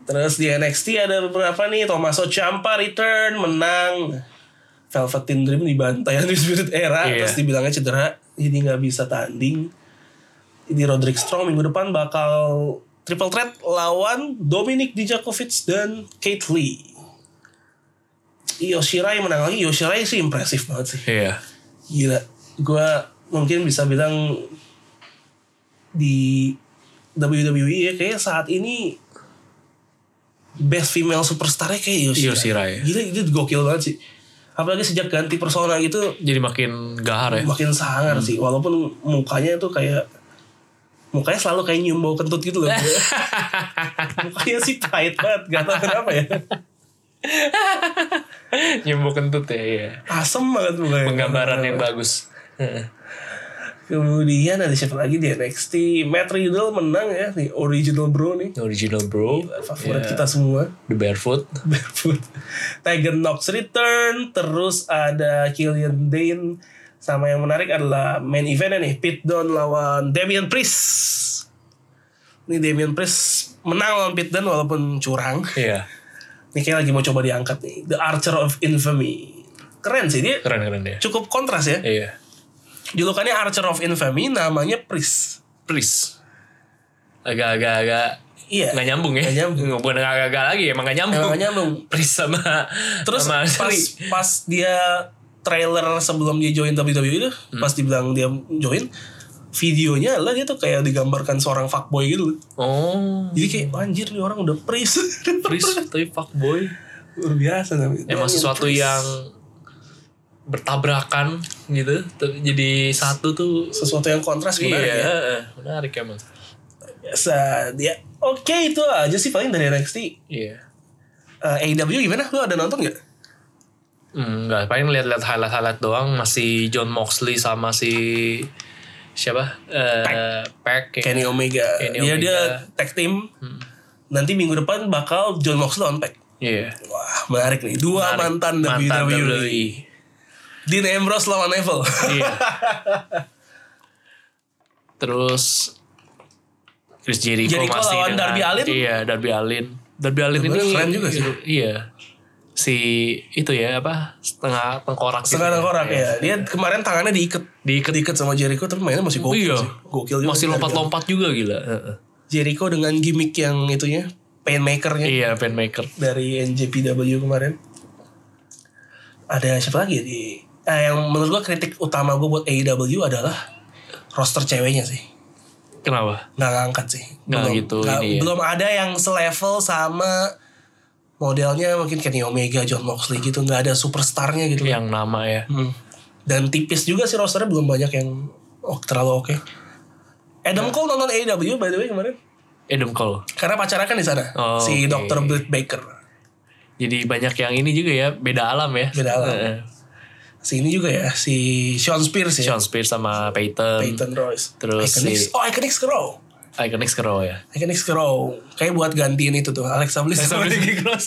Speaker 1: Terus di NXT ada beberapa nih Tommaso Ciampa return menang Velveteen Dream dibantai di Spirit Era
Speaker 2: Iya.
Speaker 1: terus dibilangnya cedera jadi nggak bisa tanding ini Roderick Strong minggu depan bakal triple threat lawan Dominic Dijakovic dan Kate Lee. Io Shirai menang lagi. Io Shirai sih impresif banget sih.
Speaker 2: iya
Speaker 1: Gila. Gue mungkin bisa bilang di WWE ya kayak saat ini best female superstarnya kayak Io Shirai.
Speaker 2: Io Shirai.
Speaker 1: Gila itu gokil banget sih. Apalagi sejak ganti persona gitu
Speaker 2: jadi makin gahar ya
Speaker 1: makin sangar sih walaupun mukanya tuh kayak mukanya selalu kayak nyium bau kentut gitu loh mukanya sih pahit banget gak tau kenapa ya
Speaker 2: nyembuh kentut ya iya
Speaker 1: asem banget mukanya
Speaker 2: penggambaran yang bagus Heeh.
Speaker 1: kemudian ada siapa lagi di NXT Matt Riddle menang ya nih original bro nih
Speaker 2: original bro
Speaker 1: favorit
Speaker 2: Iya.
Speaker 1: kita semua
Speaker 2: the barefoot
Speaker 1: barefoot Tiger Knox return terus ada Killian Dane sama yang menarik adalah main eventnya nih Pit Dunne lawan Damian Priest ini Damian Priest menang lawan Pit Dunne walaupun curang
Speaker 2: iya
Speaker 1: ini kayak lagi mau coba diangkat nih The Archer of Infamy keren sih dia
Speaker 2: keren keren ya
Speaker 1: cukup kontras ya
Speaker 2: iya
Speaker 1: julukannya Archer of Infamy namanya Priest
Speaker 2: please agak-agak
Speaker 1: iya
Speaker 2: nggak nyambung ya
Speaker 1: Nggak nyambung.
Speaker 2: bukan agak-agak lagi ya, emang nggak nyambung
Speaker 1: Emang nggak nyambung.
Speaker 2: Pris sama
Speaker 1: Terus
Speaker 2: sama
Speaker 1: pas
Speaker 2: Sri.
Speaker 1: pas dia trailer sebelum dia join WWE itu,
Speaker 2: Hmm.
Speaker 1: pas dibilang dia join, videonya adalah dia tuh kayak digambarkan seorang fuckboy gitu. loh.
Speaker 2: oh
Speaker 1: Jadi kayak "Wah, anjir nih orang udah pris.
Speaker 2: Pris tapi fuckboy
Speaker 1: Luar biasa namanya.
Speaker 2: emang
Speaker 1: Dia
Speaker 2: sesuatu ya.
Speaker 1: pris.
Speaker 2: yang bertabrakan gitu Ter- jadi satu tuh
Speaker 1: sesuatu yang kontras
Speaker 2: iya
Speaker 1: menarik ya.
Speaker 2: eh, menarik emang
Speaker 1: Biasa dia. Oke itu aja sih paling dari NXT.
Speaker 2: iya
Speaker 1: Eh, AEW gimana? Lu ada nonton gak?
Speaker 2: Hmm, Nggak, paling lihat-lihat highlight-highlight doang masih John Moxley sama si siapa eh Pack, ya.
Speaker 1: Kenny Omega.
Speaker 2: Kenny
Speaker 1: dia
Speaker 2: Omega. Hmm.
Speaker 1: dia tag team. Nanti minggu depan bakal John Moxley on pack.
Speaker 2: Iya.
Speaker 1: Wah menarik nih. Dua mantan, E.
Speaker 2: mantan E.
Speaker 1: WWE.
Speaker 2: WWE.
Speaker 1: Dean Ambrose lawan Neville.
Speaker 2: Iya. Terus Chris Jericho,
Speaker 1: Jericho
Speaker 2: masih
Speaker 1: lawan
Speaker 2: dengan-
Speaker 1: Darby Allin.
Speaker 2: Iya, Darby Allin. Darby Allin
Speaker 1: Darby
Speaker 2: ini
Speaker 1: Allin keren juga sih.
Speaker 2: Iya. si itu ya apa setengah tengkorak gitu.
Speaker 1: Sekarang korak ya. Dia kemarin tangannya diikat.
Speaker 2: Diiket.
Speaker 1: Diikat sama Jericho tapi mainnya masih gokil
Speaker 2: Iya.
Speaker 1: sih. Gokil juga.
Speaker 2: masih lompat-lompat juga gila Heeh.
Speaker 1: Jericho dengan gimmick yang itunya. Painmakernya.
Speaker 2: iya penmaker
Speaker 1: Dari NJPW kemarin. Ada siapa lagi ya di... Eh, yang menurut gua kritik utama gua buat AEW adalah roster ceweknya sih.
Speaker 2: kenapa
Speaker 1: Nggak ngangkat sih.
Speaker 2: Nggak gitu ini ya.
Speaker 1: Belum ada yang selevel sama modelnya mungkin Kenny Omega, John Moxley gitu. Nggak ada superstarnya gitu.
Speaker 2: yang nama ya
Speaker 1: Hmm. Dan tipis juga sih rosternya belum banyak yang oh, terlalu oke.
Speaker 2: Hmm.
Speaker 1: Adam Cole nonton AEW by the way kemarin.
Speaker 2: Adam Cole
Speaker 1: Karena pacarnya kan di sana.
Speaker 2: Oh,
Speaker 1: si
Speaker 2: oke.
Speaker 1: Dr. Britt Baker.
Speaker 2: jadi banyak yang ini juga ya beda alam ya
Speaker 1: Beda alam.
Speaker 2: Heeh.
Speaker 1: Si ini juga ya, si Sean Spears ya.
Speaker 2: Sean Spears sama Peyton,
Speaker 1: Peyton Royce.
Speaker 2: Terus
Speaker 1: Iconics.
Speaker 2: si-
Speaker 1: Oh, Iconics Crow.
Speaker 2: Iconics Crow ya
Speaker 1: Iconics Crow. Kayak buat gantiin itu tuh. Alexa Bliss.
Speaker 2: Alexa Bliss.
Speaker 1: Nikki Cross.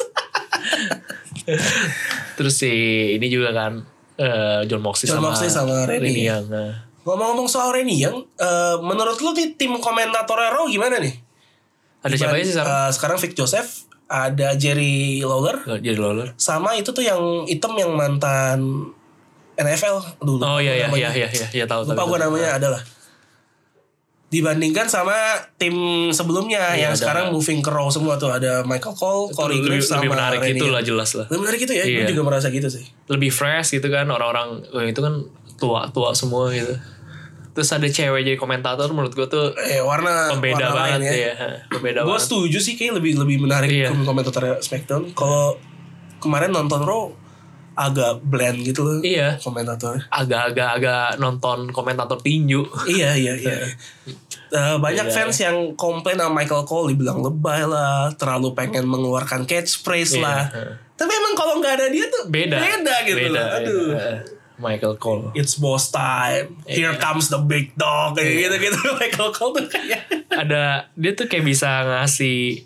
Speaker 2: terus si ini juga kan eh, John Moxley
Speaker 1: John
Speaker 2: sama,
Speaker 1: Moxley sama Rennie.
Speaker 2: Rennie Young, nah.
Speaker 1: Ngomong-ngomong soal Renny yang menurut lu nih tim komentatornya Raw gimana nih?
Speaker 2: ada siapa aja sih sama
Speaker 1: Eh, sekarang Vic Joseph, ada Jerry Lawler,
Speaker 2: jadi Lawler
Speaker 1: sama itu tuh yang item yang mantan NFL dulu.
Speaker 2: oh iya iya
Speaker 1: Namanya.
Speaker 2: iya iya iya ya, tahu
Speaker 1: Lupa gue namanya adalah. Dibandingkan sama tim sebelumnya
Speaker 2: Iya,
Speaker 1: yang
Speaker 2: ada.
Speaker 1: sekarang moving ke Raw semua tuh ada Michael Cole, Corey
Speaker 2: lebih,
Speaker 1: Graves sama ya.
Speaker 2: lebih menarik
Speaker 1: Randy.
Speaker 2: itu lah jelas lah
Speaker 1: Lebih menarik itu ya,
Speaker 2: Iya.
Speaker 1: gue juga merasa gitu sih.
Speaker 2: lebih fresh gitu kan orang-orang eh, itu kan tua-tua semua gitu terus ada cewek jadi komentator menurut gue tuh
Speaker 1: Eh warna
Speaker 2: pembeda
Speaker 1: warna
Speaker 2: banget
Speaker 1: lain
Speaker 2: ya. Hah, pembeda
Speaker 1: Gue
Speaker 2: banget
Speaker 1: setuju sih kayak lebih lebih menarik
Speaker 2: Iya.
Speaker 1: komentator SmackDown. Kalau kemarin nonton Raw agak bland gitu loh
Speaker 2: Iya.
Speaker 1: komentatornya.
Speaker 2: agak-agak agak nonton komentator tinju
Speaker 1: iya iya iya. Eh, banyak
Speaker 2: Gitu. Iya.
Speaker 1: fans yang komplain sama Michael Cole dibilang lebay lah, terlalu pengen mengeluarkan catchphrase
Speaker 2: Iya,
Speaker 1: lah.
Speaker 2: heeh.
Speaker 1: Tapi emang kalau nggak ada dia tuh
Speaker 2: beda
Speaker 1: gitu
Speaker 2: beda,
Speaker 1: loh. Aduh.
Speaker 2: beda. Michael Cole
Speaker 1: It's boss time. Here
Speaker 2: Iya.
Speaker 1: comes the big dog kayak gitu-gitu Michael Cole tuh kayak
Speaker 2: ada dia tuh kayak bisa ngasih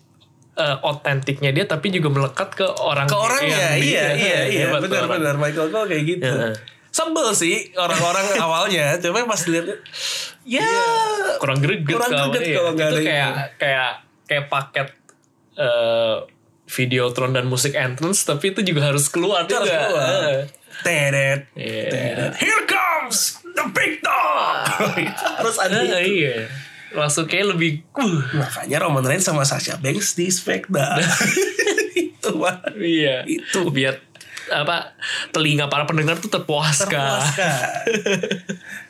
Speaker 2: eh, otentiknya dia tapi juga melekat ke orang
Speaker 1: ke
Speaker 2: yang
Speaker 1: orangnya.
Speaker 2: di-
Speaker 1: Iya iya iya,
Speaker 2: hebat tuh
Speaker 1: benar
Speaker 2: orang.
Speaker 1: benar Michael Cole kayak gitu.
Speaker 2: Heeh.
Speaker 1: Sebel sih orang-orang awalnya, cuma pas dilihat ya
Speaker 2: Iya. kurang greget
Speaker 1: Kurang
Speaker 2: kalau-
Speaker 1: greget
Speaker 2: iya.
Speaker 1: kalau nggak
Speaker 2: itu
Speaker 1: ada itu.
Speaker 2: kayak kayak kayak paket eh videotron dan musik entrance tapi itu juga harus keluar
Speaker 1: Itu harus
Speaker 2: juga.
Speaker 1: keluar.
Speaker 2: Heeh.
Speaker 1: Tedet,
Speaker 2: Iya.
Speaker 1: tedet. Here comes the big dog. Terus ada
Speaker 2: Heeh, iya langsung kayak lebih uh,
Speaker 1: Makanya Roman Reigns sama Sasha Banks di SmackDown. itu mah
Speaker 2: iya
Speaker 1: Itu.
Speaker 2: biar apa telinga para pendengar tuh terpuaskan
Speaker 1: terpuaskan.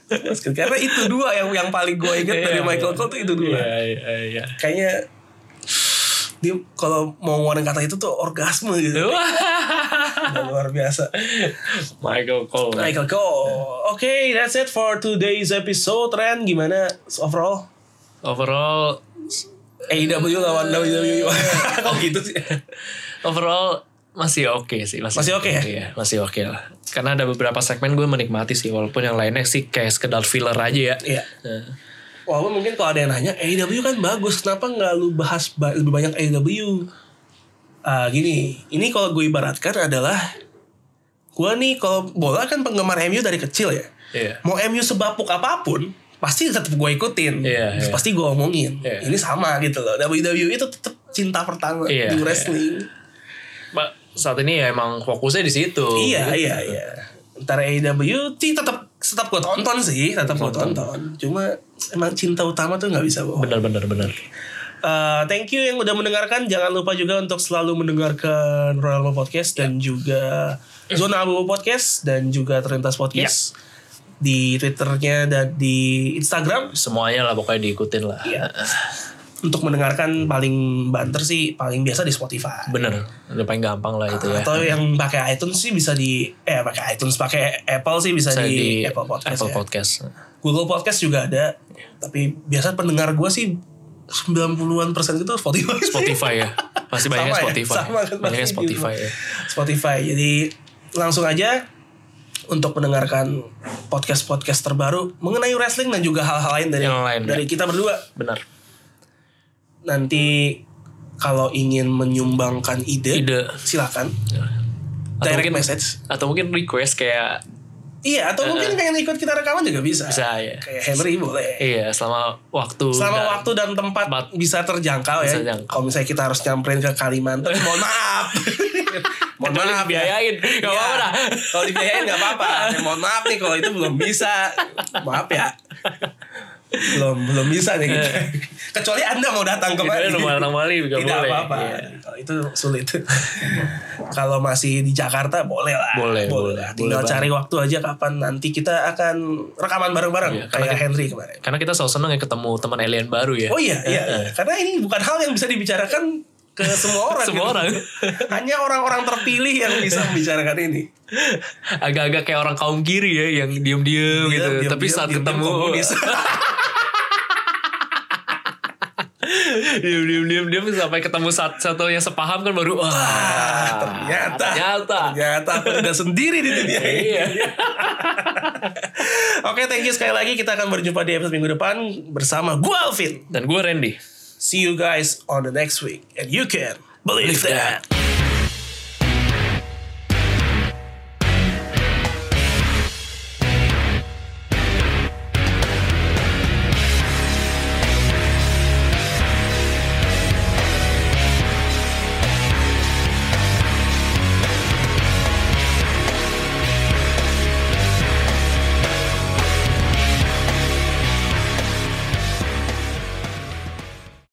Speaker 1: Terpuaskan. Karena itu dua yang yang paling gue inget dari
Speaker 2: Iya,
Speaker 1: Michael
Speaker 2: iya.
Speaker 1: Cole tuh itu dua.
Speaker 2: iya iya iya
Speaker 1: Kayaknya dia kalau mau ngeluarin kata itu tuh orgasme gitu. Udah luar biasa.
Speaker 2: Michael Cole
Speaker 1: Michael Cole. Oke, that's it for today's episode. Ren, gimana overall?
Speaker 2: overall E
Speaker 1: AEW lawan WWE. Kok gitu sih?
Speaker 2: overall masih oke sih
Speaker 1: Masih oke ya?
Speaker 2: Iya, masih oke lah karena ada beberapa segmen gue menikmati sih walaupun yang lainnya sih kayak sekedar filler aja ya
Speaker 1: Iya.
Speaker 2: Nah,
Speaker 1: Walaupun mungkin kalau ada yang nanya, AEW kan bagus, kenapa nggak lu bahas ba- lebih banyak AEW? Ah, gini, ini kalau gue ibaratkan adalah gue nih kalau bola kan penggemar MU dari kecil ya.
Speaker 2: Iya.
Speaker 1: Mau MU sebapuk apapun, pasti tetap gue ikutin,
Speaker 2: Iya, iya.
Speaker 1: pasti gue omongin.
Speaker 2: Iya.
Speaker 1: Ini sama gitu loh. WWE itu tetap cinta pertama
Speaker 2: Iya,
Speaker 1: di
Speaker 2: iya.
Speaker 1: wrestling.
Speaker 2: Mbak, saat ini ya emang fokusnya di situ.
Speaker 1: Iya, iya, iya. Ntar AEW sih tetap tetap gue tonton sih, tetap gue tonton. Cuma emang cinta utama tuh nggak bisa bohong.
Speaker 2: Benar benar benar.
Speaker 1: Uh, thank you yang udah mendengarkan. Jangan lupa juga untuk selalu mendengarkan Royal Rumble Podcast dan juga Zona Abu Podcast dan juga Terlintas Podcast di Twitternya dan di Instagram.
Speaker 2: Semuanya lah pokoknya diikutin lah.
Speaker 1: Iya. Untuk mendengarkan paling banter sih paling biasa di Spotify.
Speaker 2: Bener. Udah paling gampang lah itu ya.
Speaker 1: Atau yang pakai iTunes sih bisa di eh pakai iTunes pakai Apple sih bisa
Speaker 2: Saya
Speaker 1: di, Apple Podcast.
Speaker 2: Apple
Speaker 1: ya.
Speaker 2: Podcast.
Speaker 1: Google Podcast juga ada. Tapi biasa pendengar gue sih 90-an persen itu Spotify. sih.
Speaker 2: Spotify ya. Masih banyak
Speaker 1: Sama ya?
Speaker 2: Spotify.
Speaker 1: Sama kan,
Speaker 2: Banyaknya
Speaker 1: pasti
Speaker 2: Spotify ya.
Speaker 1: Spotify. Jadi langsung aja untuk mendengarkan podcast-podcast terbaru mengenai wrestling dan juga hal-hal lain dari
Speaker 2: Yang lain, ya.
Speaker 1: dari kita berdua.
Speaker 2: Benar.
Speaker 1: Nanti kalau ingin menyumbangkan ide,
Speaker 2: Ide. Ya.
Speaker 1: silakan
Speaker 2: Atau
Speaker 1: direct
Speaker 2: mungkin
Speaker 1: message.
Speaker 2: atau mungkin request kayak
Speaker 1: Iya, atau mungkin pengen ikut kita rekaman juga bisa.
Speaker 2: Bisa, ya.
Speaker 1: Kayak Henry boleh.
Speaker 2: Iya, selama waktu.
Speaker 1: Selama
Speaker 2: dan-
Speaker 1: waktu dan tempat
Speaker 2: tempat
Speaker 1: bisa terjangkau
Speaker 2: bisa
Speaker 1: ya.
Speaker 2: terjangkau.
Speaker 1: Kalau misalnya kita harus nyamperin ke Kalimantan, mohon maaf. mohon
Speaker 2: Kecuali
Speaker 1: maaf ya.
Speaker 2: dibiayain. Gak
Speaker 1: Iya.
Speaker 2: apa-apa dah.
Speaker 1: Kalau dibiayain nggak apa-apa. Ya, mohon maaf nih kalau itu belum bisa. Maaf ya. belum belum bisa nih kita.
Speaker 2: Eh.
Speaker 1: Kecuali Anda mau datang ke Bali.
Speaker 2: Kecuali lu mau datang ke Bali, nggak
Speaker 1: Tidak
Speaker 2: boleh.
Speaker 1: apa-apa.
Speaker 2: Iya.
Speaker 1: Kalau itu sulit. kalau masih di Jakarta boleh lah.
Speaker 2: Boleh, boleh.
Speaker 1: lah. Tinggal
Speaker 2: Boleh
Speaker 1: cari waktu aja kapan nanti kita akan rekaman bareng-bareng
Speaker 2: Iya, karena
Speaker 1: kayak Henry kemarin.
Speaker 2: Karena kita selalu seneng ya ketemu teman alien baru ya.
Speaker 1: Oh iya, iya. iya. Karena ini bukan hal yang bisa dibicarakan ke semua orang. gitu.
Speaker 2: Semua orang.
Speaker 1: Hanya orang-orang terpilih yang bisa membicarakan ini.
Speaker 2: Agak-agak kayak orang kaum kiri ya yang diem-diem gitu.
Speaker 1: Diam, diam,
Speaker 2: Tapi
Speaker 1: diam,
Speaker 2: saat
Speaker 1: diam, diam,
Speaker 2: ketemu
Speaker 1: Iya, komunis.
Speaker 2: diem-diem-diem sampai ketemu sat- satu yang sepaham kan baru wah
Speaker 1: Ah, ternyata,
Speaker 2: ternyata.
Speaker 1: ternyata aku tidak sendiri di dunia ini.
Speaker 2: Iya.
Speaker 1: Oke, thank you sekali lagi. Kita akan berjumpa di episode minggu depan bersama gue Alvin.
Speaker 2: Dan gue Randy.
Speaker 1: See you guys on the next week, and you can believe that.